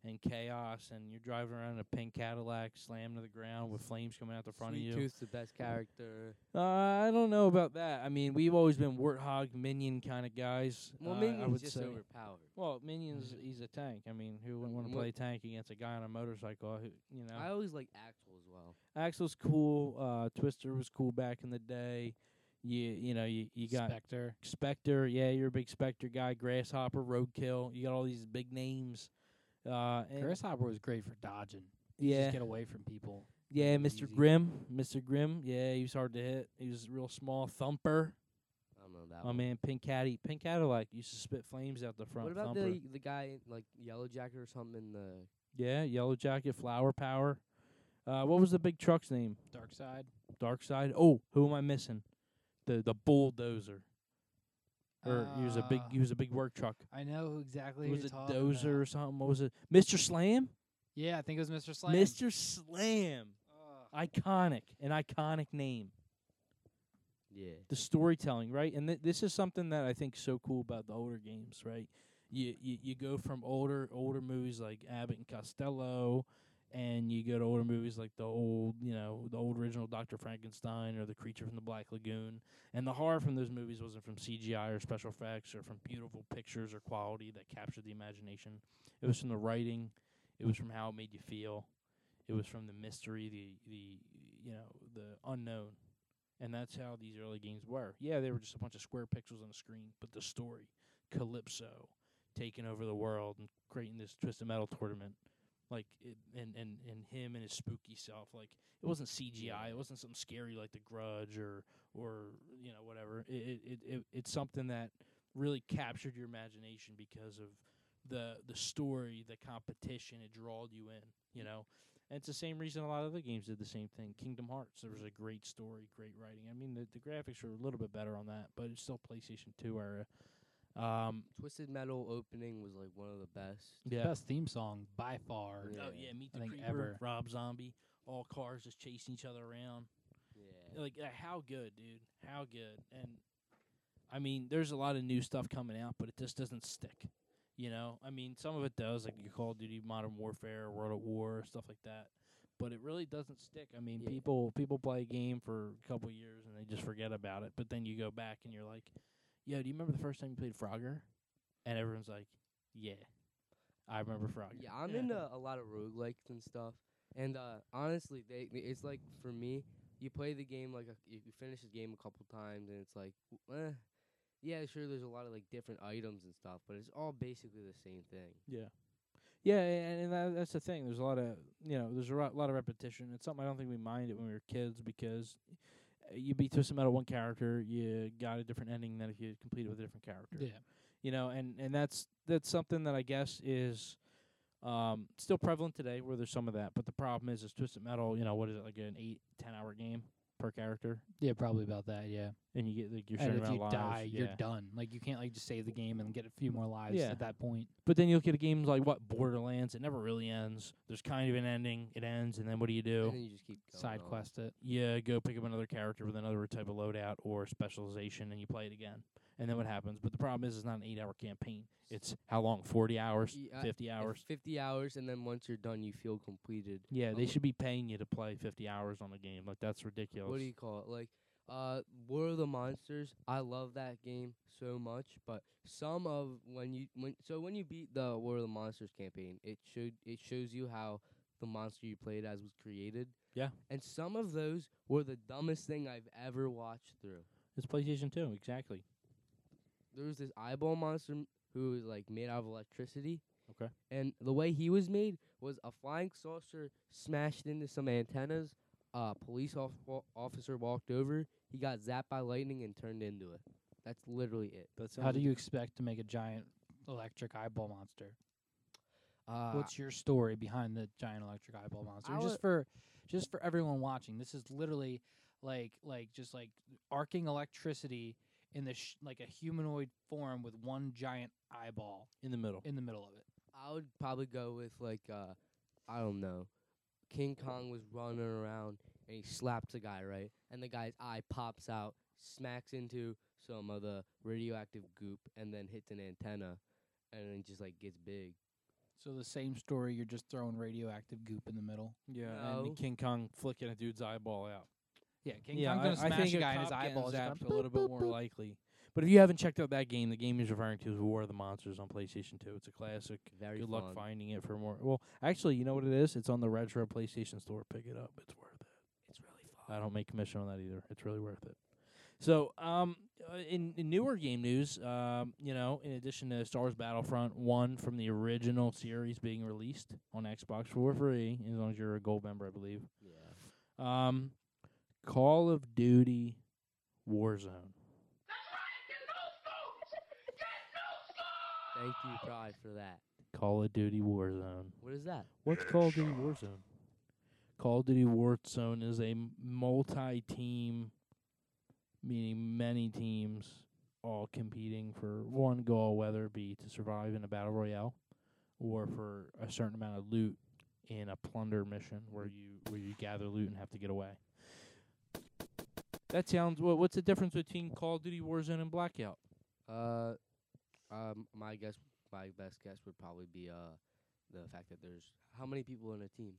[SPEAKER 2] and chaos, and you're driving around in a pink Cadillac, slammed to the ground with flames coming out the front
[SPEAKER 3] Sweet
[SPEAKER 2] of you.
[SPEAKER 3] Tooth's the best character.
[SPEAKER 2] Uh, I don't know about that. I mean, we've always been warthog minion kind of guys.
[SPEAKER 3] Well,
[SPEAKER 2] uh, I
[SPEAKER 3] Minion's
[SPEAKER 2] would
[SPEAKER 3] just Mm.
[SPEAKER 2] say.
[SPEAKER 3] overpowered.
[SPEAKER 2] Well, minions, he's a tank. I mean, who wouldn't want to
[SPEAKER 3] Mo-
[SPEAKER 2] play tank against a guy on a motorcycle? Who, you know,
[SPEAKER 3] Mm, I always like Axel as well.
[SPEAKER 2] Axel's cool. Uh, Twister was cool back in the day. You you know you you got
[SPEAKER 1] Spectre.
[SPEAKER 2] Spectre, yeah, you're a big Spectre guy. Grasshopper, Roadkill, you got all these big names. Uh, and
[SPEAKER 1] Grasshopper was great for dodging. You
[SPEAKER 2] yeah,
[SPEAKER 1] just get away from people.
[SPEAKER 2] yeah,
[SPEAKER 3] it
[SPEAKER 2] Mr.
[SPEAKER 3] easy.
[SPEAKER 2] Grimm, Mr. Grimm, yeah, he was hard to hit. He was real small. Thumper,
[SPEAKER 3] I don't know that.
[SPEAKER 2] my
[SPEAKER 1] Oh.
[SPEAKER 3] one.
[SPEAKER 2] man, Pink Caddy, Pink Cadillac used to spit flames out the front.
[SPEAKER 3] What about
[SPEAKER 2] Thumper.
[SPEAKER 3] the the guy in, like Yellow Jacket or something? In the
[SPEAKER 2] yeah, Yellow Jacket, Flower Power. Uh, what was the big truck's name?
[SPEAKER 1] Dark side.
[SPEAKER 2] Dark Side. Oh, who am I missing? The the bulldozer. Or he was a big
[SPEAKER 1] Uh,
[SPEAKER 2] he was a big work truck.
[SPEAKER 1] I know exactly. who
[SPEAKER 2] was
[SPEAKER 1] you're
[SPEAKER 2] it
[SPEAKER 1] talking
[SPEAKER 2] dozer
[SPEAKER 1] about.
[SPEAKER 2] or something? What was it? Mr. Slam?
[SPEAKER 1] Yeah, I think it was Mr. Slam.
[SPEAKER 2] Mr. Slam.
[SPEAKER 1] Ugh.
[SPEAKER 2] Iconic, an iconic name.
[SPEAKER 3] yeah.
[SPEAKER 2] The storytelling, right? And th- this is something that I think's so cool about the older games, right? You, you you go from older older movies like Abbott and Costello, and you go to older movies like the old you know the old original Doctor Frankenstein or the Creature from the Black Lagoon. And the horror from those movies wasn't from CGI or special effects or from beautiful pictures or quality that captured the imagination. It was from the writing. It was from how it made you feel. It was from the mystery, the the you know the unknown, and that's how these early games were. Yeah, they were just a bunch of square pixels on a screen, but the story, Calypso, taking over the world and creating this Twisted Metal tournament, like it, and and and him and his spooky self, like it wasn't CGI, it wasn't something scary like The Grudge or or you know whatever. It it, it, it it's something that really captured your imagination because of the the story, the competition, it drawed you in, you know. And it's the same reason a lot of other games did the same thing. Kingdom Hearts, there was a great story, great writing. I mean, the, the graphics were a little bit better on that, but it's still PlayStation 2 era. Um,
[SPEAKER 3] Twisted Metal opening was like one of the best.
[SPEAKER 2] yeah.
[SPEAKER 1] Best theme song by far.
[SPEAKER 3] Yeah.
[SPEAKER 2] Oh yeah, Meet
[SPEAKER 1] I
[SPEAKER 2] the
[SPEAKER 1] think
[SPEAKER 2] Creeper,
[SPEAKER 1] ever.
[SPEAKER 2] Rob Zombie, all cars just chasing each other around.
[SPEAKER 3] Yeah.
[SPEAKER 2] Like uh, how good, dude? How good? And I mean, there's a lot of new stuff coming out, but it just doesn't stick. You know, I mean, some of it does, like your Call of Duty, Modern Warfare, World at War, stuff like that. But it really doesn't stick. I mean,
[SPEAKER 3] Yeah.
[SPEAKER 2] people people play a game for a couple years and they just forget about it. But then you go back and you're like, "Yo, do you remember the first time you played Frogger?" And everyone's like, "Yeah, I remember Frogger."
[SPEAKER 3] Yeah, I'm into a lot of roguelikes and stuff. And uh, honestly, they they- it's like for me, you play the game like a, you you finish the game a couple times, and it's like, w- eh, yeah, sure, there's a lot of like different items and stuff, but it's all basically the same thing.
[SPEAKER 2] Yeah. Yeah, and, and that, that's the thing. There's a lot of you know, there's a ro- lot of repetition. It's something I don't think we minded when we were kids because uh, you beat Twisted Metal one character, you got a different ending than if you complete it with a different character.
[SPEAKER 1] Yeah.
[SPEAKER 2] You know, and and that's that's something that I guess is um still prevalent today where there's some of that. But the problem is is Twisted Metal, you know, what is it like an eight, ten hour game per character?
[SPEAKER 1] Yeah, probably about that. Yeah.
[SPEAKER 2] And you get like you're
[SPEAKER 1] and
[SPEAKER 2] sharing
[SPEAKER 1] if
[SPEAKER 2] around
[SPEAKER 1] you
[SPEAKER 2] lives.
[SPEAKER 1] die, you're
[SPEAKER 2] yeah.
[SPEAKER 1] done. Like you can't like just save the game and get a few more lives
[SPEAKER 2] Yeah.
[SPEAKER 1] at that point.
[SPEAKER 2] But then you look at games like what Borderlands, it never really ends. There's kind of an ending, it ends, and then what do you do?
[SPEAKER 3] And then you just keep going
[SPEAKER 1] Side
[SPEAKER 3] on.
[SPEAKER 1] quest it.
[SPEAKER 2] yeah, go pick up another character with another type of loadout or specialization, and you play it again. And then what happens? But the problem is, it's not an eight-hour campaign. It's how long? Forty hours,
[SPEAKER 3] Yeah, I-
[SPEAKER 2] fifty
[SPEAKER 3] Like,
[SPEAKER 2] hours.
[SPEAKER 3] Fifty hours, and then once you're done, you feel completed.
[SPEAKER 2] Yeah, they
[SPEAKER 3] um,
[SPEAKER 2] should be paying you to play fifty hours on a game. Like that's ridiculous.
[SPEAKER 3] What do you call it? Like, uh, War of the Monsters. I love that game so much, but some of when you when so when you beat the War of the Monsters campaign, it should it shows you how the monster you played as was created.
[SPEAKER 2] Yeah.
[SPEAKER 3] And some of those were the dumbest thing I've ever watched through.
[SPEAKER 2] it's PlayStation Two, exactly.
[SPEAKER 3] There was this eyeball monster m- who was like made out of electricity.
[SPEAKER 2] Okay.
[SPEAKER 3] And the way he was made was a flying saucer smashed into some antennas. A police off- wa- officer walked over. He got zapped by lightning and turned into it. That's literally it.
[SPEAKER 2] That's
[SPEAKER 1] How do you expect to make a giant electric eyeball monster?
[SPEAKER 3] Uh,
[SPEAKER 1] What's your story behind the giant electric eyeball monster?
[SPEAKER 3] I
[SPEAKER 1] Just
[SPEAKER 3] would-
[SPEAKER 1] for just for everyone watching, this is literally like like just like arcing electricity in the sh- like a humanoid form with one giant eyeball
[SPEAKER 2] in the middle?
[SPEAKER 1] in the middle of it.
[SPEAKER 3] I would probably go with like uh, I don't know. King Kong was running around and he slaps a guy right, and the guy's eye pops out, smacks into some of the radioactive goop, and then hits an antenna, and then just like gets big.
[SPEAKER 1] So the same story, you're just throwing radioactive goop in the middle.
[SPEAKER 2] yeah,
[SPEAKER 3] and the No.
[SPEAKER 2] and King Kong flicking a dude's eyeball out.
[SPEAKER 1] Yeah, King
[SPEAKER 2] yeah,
[SPEAKER 1] Kong's
[SPEAKER 2] I,
[SPEAKER 1] gonna
[SPEAKER 2] I
[SPEAKER 1] smash
[SPEAKER 2] think
[SPEAKER 1] a guy and his
[SPEAKER 2] cop getting
[SPEAKER 1] eyeballs
[SPEAKER 2] zapped
[SPEAKER 1] just
[SPEAKER 2] a little bit more likely. But if you haven't checked out that game, the game he's referring to is War of the Monsters on PlayStation Two. It's a classic.
[SPEAKER 3] Very
[SPEAKER 2] Good
[SPEAKER 3] fun.
[SPEAKER 2] luck finding it for more. Well, actually, you know what it is? It's on the retro PlayStation store. Pick it up. It's worth it. It's really fun. I don't make commission on that either. It's really worth it. So, um, uh, in, in newer game news, um, you know, in addition to Star Wars Battlefront One from the original series being released on Xbox for free, as long as you're a gold member, I believe.
[SPEAKER 3] Yeah.
[SPEAKER 2] Um, Call of Duty Warzone.
[SPEAKER 3] Thank you, Pride, for that.
[SPEAKER 2] Call of Duty Warzone.
[SPEAKER 3] What is that?
[SPEAKER 2] What's Call of Duty Warzone? Call of Duty Warzone is a multi-team, meaning many teams, all competing for one goal, whether it be to survive in a battle royale, or for a certain amount of loot in a plunder mission where you where you gather loot and have to get away. That sounds. What, what's the difference between Call of Duty Warzone and Blackout?
[SPEAKER 3] Uh, um, my guess, my best guess would probably be uh, the fact that there's how many people in a team.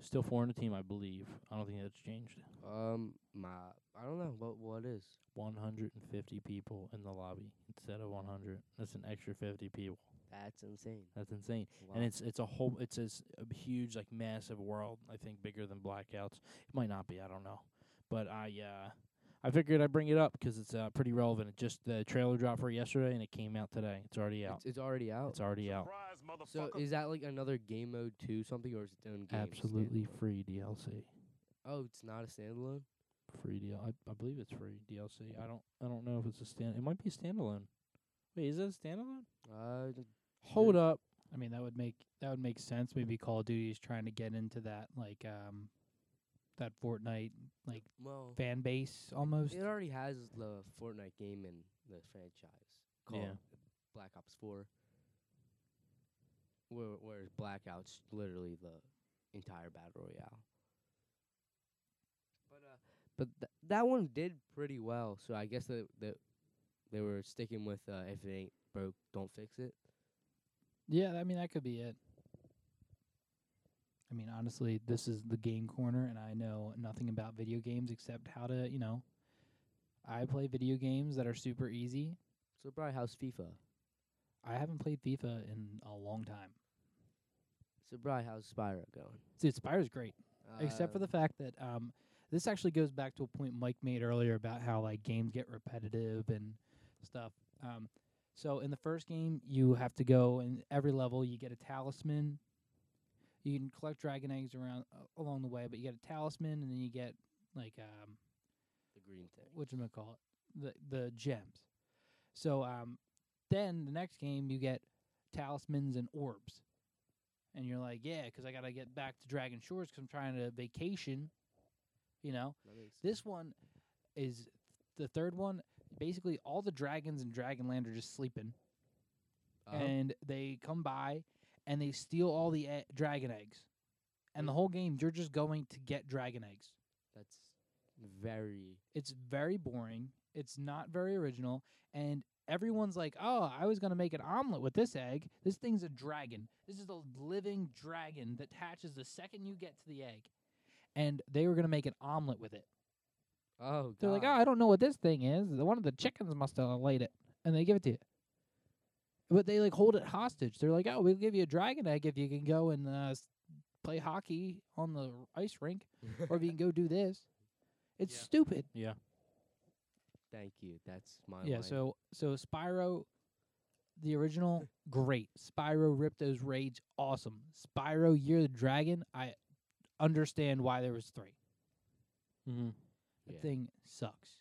[SPEAKER 2] Still four in a team, I believe. I don't think that's changed.
[SPEAKER 3] Um, my I don't know what what is.
[SPEAKER 2] 150 people in the lobby instead of 100. That's an extra 50 people.
[SPEAKER 3] That's insane.
[SPEAKER 2] That's insane.
[SPEAKER 3] Wow.
[SPEAKER 2] And it's it's a whole it's this uh, huge like massive world. I think bigger than blackouts. It might not be. I don't know. But I uh I figured I'd bring it up 'cause it's uh, pretty relevant. It just the trailer dropped for it yesterday and it came out today. It's already out.
[SPEAKER 3] it's, it's already out.
[SPEAKER 2] It's already out.
[SPEAKER 3] so is that like another game mode two something or is it own game?
[SPEAKER 2] Absolutely free DLC.
[SPEAKER 3] Stand- oh, it's not a standalone.
[SPEAKER 2] Free deal. I, I believe it's free DLC. I don't I don't know if it's a stand. It might be a standalone. Wait, is it a standalone?
[SPEAKER 3] Uh, d-
[SPEAKER 2] Hold up.
[SPEAKER 1] *laughs* I mean, that would make that would make sense. Maybe Call of Duty is trying to get into that like um that Fortnite like
[SPEAKER 3] well,
[SPEAKER 1] fan base almost.
[SPEAKER 3] it already has the Fortnite game in the franchise called
[SPEAKER 2] Yeah.
[SPEAKER 3] Black Ops Four. Where whereas Blackout's literally the entire battle royale. But uh, but th- that one did pretty well. So I guess that that they were sticking with uh, if it ain't broke, don't fix it.
[SPEAKER 1] Yeah, I mean that could be it. I mean, honestly, this is the game corner, and I know nothing about video games except how to, you know, I play video games that are super easy.
[SPEAKER 3] So probably how's FIFA?
[SPEAKER 1] I haven't played FIFA in a long time.
[SPEAKER 3] So probably how's Spyro going?
[SPEAKER 1] Dude, Spyro's great. except for
[SPEAKER 3] Uh,
[SPEAKER 1] the fact that um, this actually goes back to a point Mike made earlier about how like games get repetitive and stuff. Um, so in the first game, you have to go and every level you get a talisman. You can collect dragon eggs around uh, along the way, but you get a talisman and then you get like um,
[SPEAKER 3] the green thing.
[SPEAKER 1] what you call it the the gems. So um, then the next game you get talismans and orbs, and you're like, yeah, 'cause I gotta get back to Dragon Shores 'cause I'm trying to vacation. You know,
[SPEAKER 3] That makes sense.
[SPEAKER 1] this one is the third one. Basically, all the dragons in Dragonland are just sleeping,
[SPEAKER 3] Uh-huh.
[SPEAKER 1] and they come by and they steal all the e- dragon eggs. And the whole game, you're just going to get dragon eggs.
[SPEAKER 3] that's very
[SPEAKER 1] It's very boring. It's not very original. And everyone's like, oh, I was going to make an omelet with this egg. This thing's a dragon. This is a living dragon that hatches the second you get to the egg. And they were going to make an omelet with it.
[SPEAKER 3] oh god.
[SPEAKER 1] They're like, oh, I don't know what this thing is. The- One of the chickens must have laid it. And they give it to you. But they like hold it hostage. They're like, oh, we'll give you a dragon egg if you can go and uh, s- play hockey on the r- ice rink
[SPEAKER 3] *laughs*
[SPEAKER 1] or if you can go do this. It's
[SPEAKER 2] Yeah.
[SPEAKER 1] stupid.
[SPEAKER 3] Thank you. That's my
[SPEAKER 1] Yeah,
[SPEAKER 3] line.
[SPEAKER 1] so so Spyro, the original, great. Spyro Ripto's Rage, awesome. Spyro Year of the Dragon, I understand why there was three.
[SPEAKER 2] Mm-hmm.
[SPEAKER 1] That
[SPEAKER 3] Yeah.
[SPEAKER 1] thing sucks.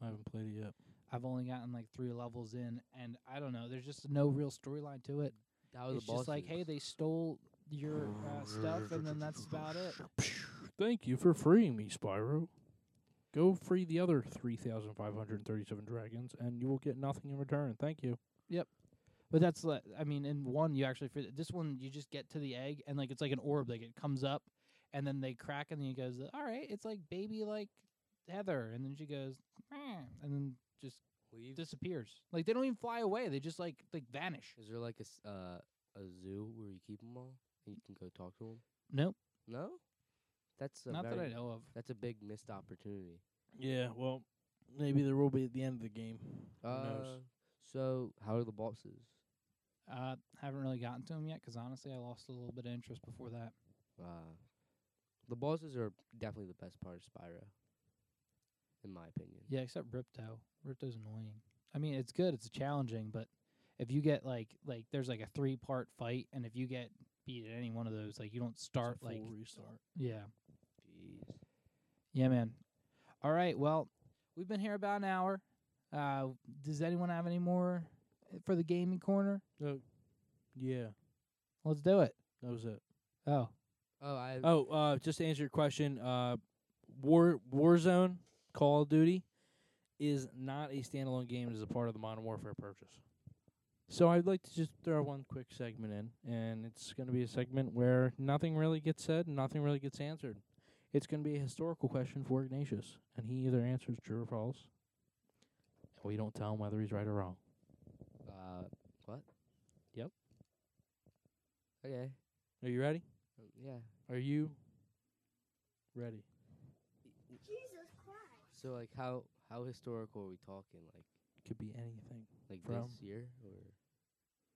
[SPEAKER 2] I haven't played it yet.
[SPEAKER 1] I've only gotten like three levels in, and I don't know. There's just no real storyline to it.
[SPEAKER 3] that was
[SPEAKER 1] It's
[SPEAKER 3] the
[SPEAKER 1] just like,
[SPEAKER 3] bosses.
[SPEAKER 1] hey, they stole your uh, stuff, and then that's about it.
[SPEAKER 2] Thank you for freeing me, Spyro. Go free the other 3,537 dragons, and you will get nothing in return. Thank you.
[SPEAKER 1] But that's like, I mean, in one you actually fr- this one you just get to the egg and like it's like an orb, like it comes up, and then they crack and then he goes, all right, it's like baby like Heather, and then she goes, "Meh," and then just
[SPEAKER 3] Leave.
[SPEAKER 1] disappears. Like they don't even fly away; they just like like vanish.
[SPEAKER 3] Is there like a s uh, a zoo where you keep 'em all and you can go talk to 'em?
[SPEAKER 1] Nope,
[SPEAKER 3] No, that's a
[SPEAKER 1] not that I
[SPEAKER 3] very-
[SPEAKER 1] know of.
[SPEAKER 3] That's a big missed opportunity.
[SPEAKER 2] Yeah, well, maybe there will be at the end of the game. Who
[SPEAKER 3] Uh, so how are the bosses?
[SPEAKER 1] Uh, haven't really gotten to him yet because honestly, I lost a little bit of interest before that.
[SPEAKER 3] Uh, the bosses are definitely the best part of Spyro, in my opinion.
[SPEAKER 1] Yeah, except Ripto. Ripto's annoying. I mean, it's good, it's challenging, but if you get like like there's like a three part fight, and if you get beat at any one of those, like you don't start
[SPEAKER 2] full
[SPEAKER 1] like
[SPEAKER 2] restart.
[SPEAKER 1] yeah,
[SPEAKER 3] Jeez.
[SPEAKER 1] yeah, man. All right, well, we've been here about an hour. Uh, does anyone have any more for the gaming corner?
[SPEAKER 2] Yeah,
[SPEAKER 1] Let's do it.
[SPEAKER 2] that was it.
[SPEAKER 1] Oh,
[SPEAKER 3] Oh, I
[SPEAKER 2] Oh, uh, just to answer your question, uh, War Warzone Call of Duty is not a standalone game; it is a part of the Modern Warfare purchase. So I'd like to just throw one quick segment in, and it's going to be a segment where nothing really gets said, and nothing really gets answered. It's going to be a historical question for Ignatius, and he either answers true or false. and We don't tell him whether he's right or wrong.
[SPEAKER 3] uh, what?
[SPEAKER 2] Yep.
[SPEAKER 3] Okay.
[SPEAKER 2] Are you ready?
[SPEAKER 3] Um, yeah.
[SPEAKER 2] Are you ready?
[SPEAKER 4] Jesus Christ.
[SPEAKER 3] So like how how historical are we talking? Like
[SPEAKER 2] Could be anything
[SPEAKER 3] like
[SPEAKER 2] From-
[SPEAKER 3] this year or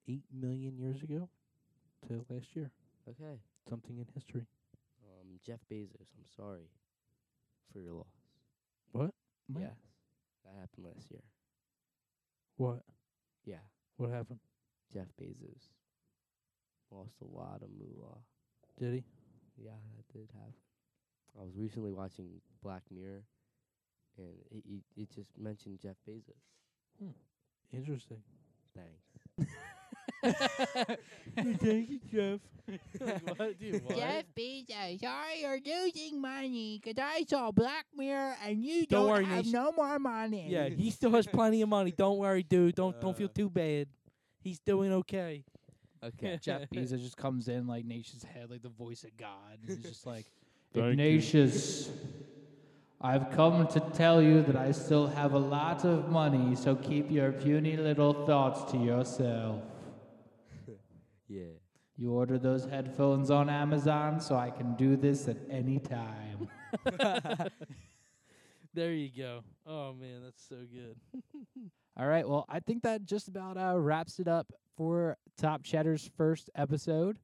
[SPEAKER 2] eight million years ago to last year.
[SPEAKER 3] Okay.
[SPEAKER 2] Something in history.
[SPEAKER 3] Um, Jeff Bezos, I'm sorry for your loss.
[SPEAKER 2] What? What?
[SPEAKER 3] Yes. That happened last year.
[SPEAKER 2] What?
[SPEAKER 3] Yeah.
[SPEAKER 2] What happened?
[SPEAKER 3] Jeff Bezos lost a lot of moolah.
[SPEAKER 2] Did he?
[SPEAKER 3] Yeah, that did happen. I was recently watching Black Mirror, and it it, it just mentioned Jeff Bezos.
[SPEAKER 2] *laughs* Interesting.
[SPEAKER 3] Thanks.
[SPEAKER 2] Thank you, Jeff. *laughs* like, what? *laughs* Dude, what?
[SPEAKER 1] Bezos, sorry you're losing money because I saw Black Mirror and you
[SPEAKER 2] Don't don't worry, have Nish.
[SPEAKER 1] no more money.
[SPEAKER 2] Yeah, he still has plenty of money. Don't worry, dude. Don't don't feel too bad. He's doing *laughs* okay.
[SPEAKER 3] Okay.
[SPEAKER 1] Jeff Bezos just comes in like Nation's head, like the voice of God. And he's just *laughs* like,
[SPEAKER 2] Thank you.
[SPEAKER 1] Ignatius, I've come to tell you that I still have a lot of money, so keep your puny little thoughts to yourself.
[SPEAKER 3] yeah.
[SPEAKER 1] You order those headphones on Amazon so I can do this at any time.
[SPEAKER 2] there you go. Oh man, that's so good.
[SPEAKER 1] *laughs* All right, well, I think that just about uh, wraps it up for Top Cheddar's first episode.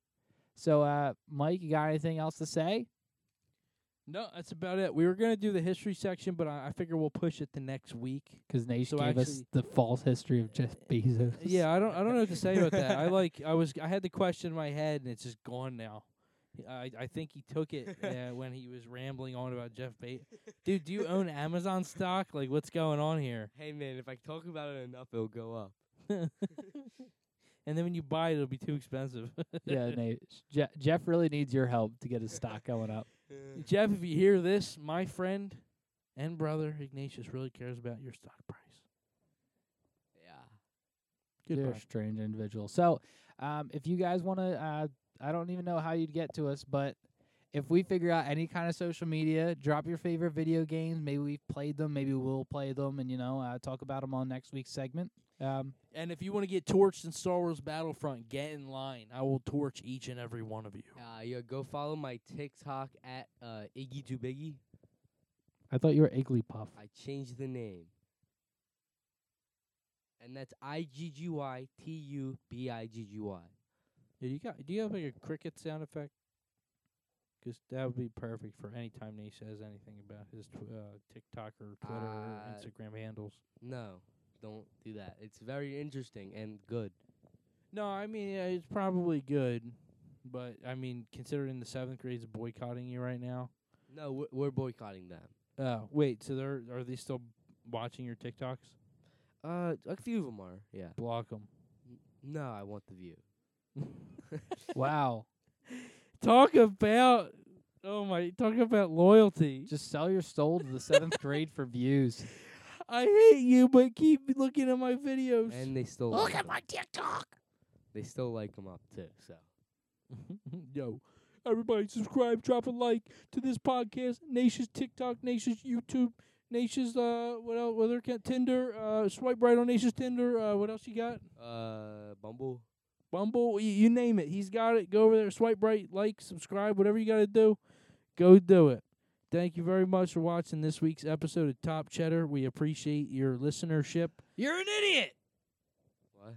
[SPEAKER 1] So, uh, Mike, you got anything else to say?
[SPEAKER 2] No, that's about it. We were gonna do the history section, but I, I figure we'll push it to next week.
[SPEAKER 1] Because Nate
[SPEAKER 2] So
[SPEAKER 1] gave us
[SPEAKER 2] actually-
[SPEAKER 1] the false history of *laughs* Jeff Bezos.
[SPEAKER 2] Yeah, I don't I don't know what to say about that. I like I was I had the question in my head and it's just gone now. I I think he took it uh, when he was rambling on about Jeff Bezos. Dude, do you own Amazon stock? Like, what's going on here? *laughs*
[SPEAKER 3] Hey man, if I talk about it enough, it'll go up.
[SPEAKER 2] and then when you buy it, it'll be too expensive. *laughs*
[SPEAKER 1] *laughs* yeah, Nate. Je- Jeff really needs your help to get his stock going *laughs* up.
[SPEAKER 2] Jeff, if you hear this, my friend and brother Ignatius really cares about your stock price.
[SPEAKER 3] Yeah.
[SPEAKER 1] You're
[SPEAKER 2] Goodbye.
[SPEAKER 1] a strange individual. So, um, if you guys want to, uh, I don't even know how you'd get to us, but if we figure out any kind of social media, drop your favorite video games. Maybe we've played them. Maybe we'll play them, and you know, uh, talk about them on next week's segment. Um,
[SPEAKER 2] And if you want to get torched in Star Wars Battlefront, get in line. I will torch each and every one of you.
[SPEAKER 3] Uh, yeah. Go follow my TikTok at uh, Iggy Dubiggy.
[SPEAKER 1] I thought you were Igglypuff.
[SPEAKER 3] I changed the name. And that's I G G Y T U B I G G Y.
[SPEAKER 2] Yeah, you got? Do you have like a cricket sound effect? 'Cause that would be perfect for any time Nate says anything about his tw- uh, TikTok or Twitter or
[SPEAKER 3] Uh,
[SPEAKER 2] Instagram handles.
[SPEAKER 3] No, don't do that. It's very interesting and good.
[SPEAKER 2] No, I mean yeah, it's probably good, but I mean considering the seventh grade's boycotting you right now.
[SPEAKER 3] No, we're, we're boycotting them.
[SPEAKER 2] Oh wait, so they're are they still watching your TikToks?
[SPEAKER 3] Uh, a few of them are. Yeah.
[SPEAKER 2] Block 'em.
[SPEAKER 3] No, I want the *laughs* view.
[SPEAKER 1] *laughs* wow.
[SPEAKER 2] Talk about oh my! Talk about loyalty.
[SPEAKER 1] Just sell your soul to the seventh grade for views.
[SPEAKER 2] I hate you, but keep looking at my videos.
[SPEAKER 3] And they still look at my TikTok. They still like 'em up too. So
[SPEAKER 2] *laughs* Yo, everybody subscribe, drop a like to this podcast, Nation's TikTok, Nation's YouTube, Nation's uh what else what other account? Tinder, uh swipe right on Nation's Tinder, uh what else you got?
[SPEAKER 3] Uh, Bumble.
[SPEAKER 2] Bumble, you, you name it. He's got it. Go over there, swipe right, like, subscribe, whatever you gotta do, go do it. Thank you very much for watching this week's episode of Top Cheddar. We appreciate your listenership.
[SPEAKER 1] *laughs* You're an idiot.
[SPEAKER 3] What?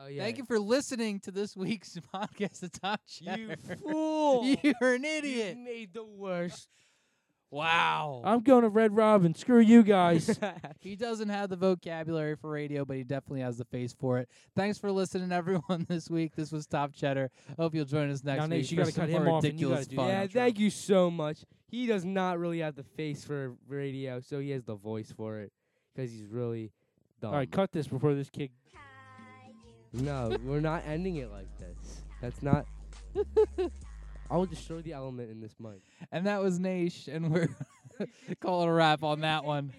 [SPEAKER 3] Oh yeah.
[SPEAKER 1] Thank you for listening to this week's *laughs* podcast of Top
[SPEAKER 3] You
[SPEAKER 1] *laughs* Cheddar.
[SPEAKER 3] fool!
[SPEAKER 1] You're an
[SPEAKER 3] You
[SPEAKER 1] idiot.
[SPEAKER 3] made the worst.
[SPEAKER 1] Wow.
[SPEAKER 2] I'm going to Red Robin. Screw you guys.
[SPEAKER 1] Uh,
[SPEAKER 2] *laughs*
[SPEAKER 1] He doesn't have the vocabulary for radio, but he definitely has the face for it. Thanks for listening, *laughs* everyone, this week. This was Top Cheddar. Hope you'll join us next
[SPEAKER 2] Now,
[SPEAKER 1] week.
[SPEAKER 2] Nate, you
[SPEAKER 1] for
[SPEAKER 2] gotta
[SPEAKER 1] some
[SPEAKER 2] cut him
[SPEAKER 1] more
[SPEAKER 2] off and you
[SPEAKER 1] ridiculous
[SPEAKER 2] gotta do
[SPEAKER 1] fun.
[SPEAKER 3] yeah, thank you so much. He does not really have the face for radio, so he has the voice for it because he's really dumb.
[SPEAKER 2] All right, cut this before this kid
[SPEAKER 3] No, we're not ending it like this.
[SPEAKER 1] *laughs*
[SPEAKER 3] That's not. I will destroy the element in this mic.
[SPEAKER 1] *laughs* And that was Naish, and we're call it a wrap on that one.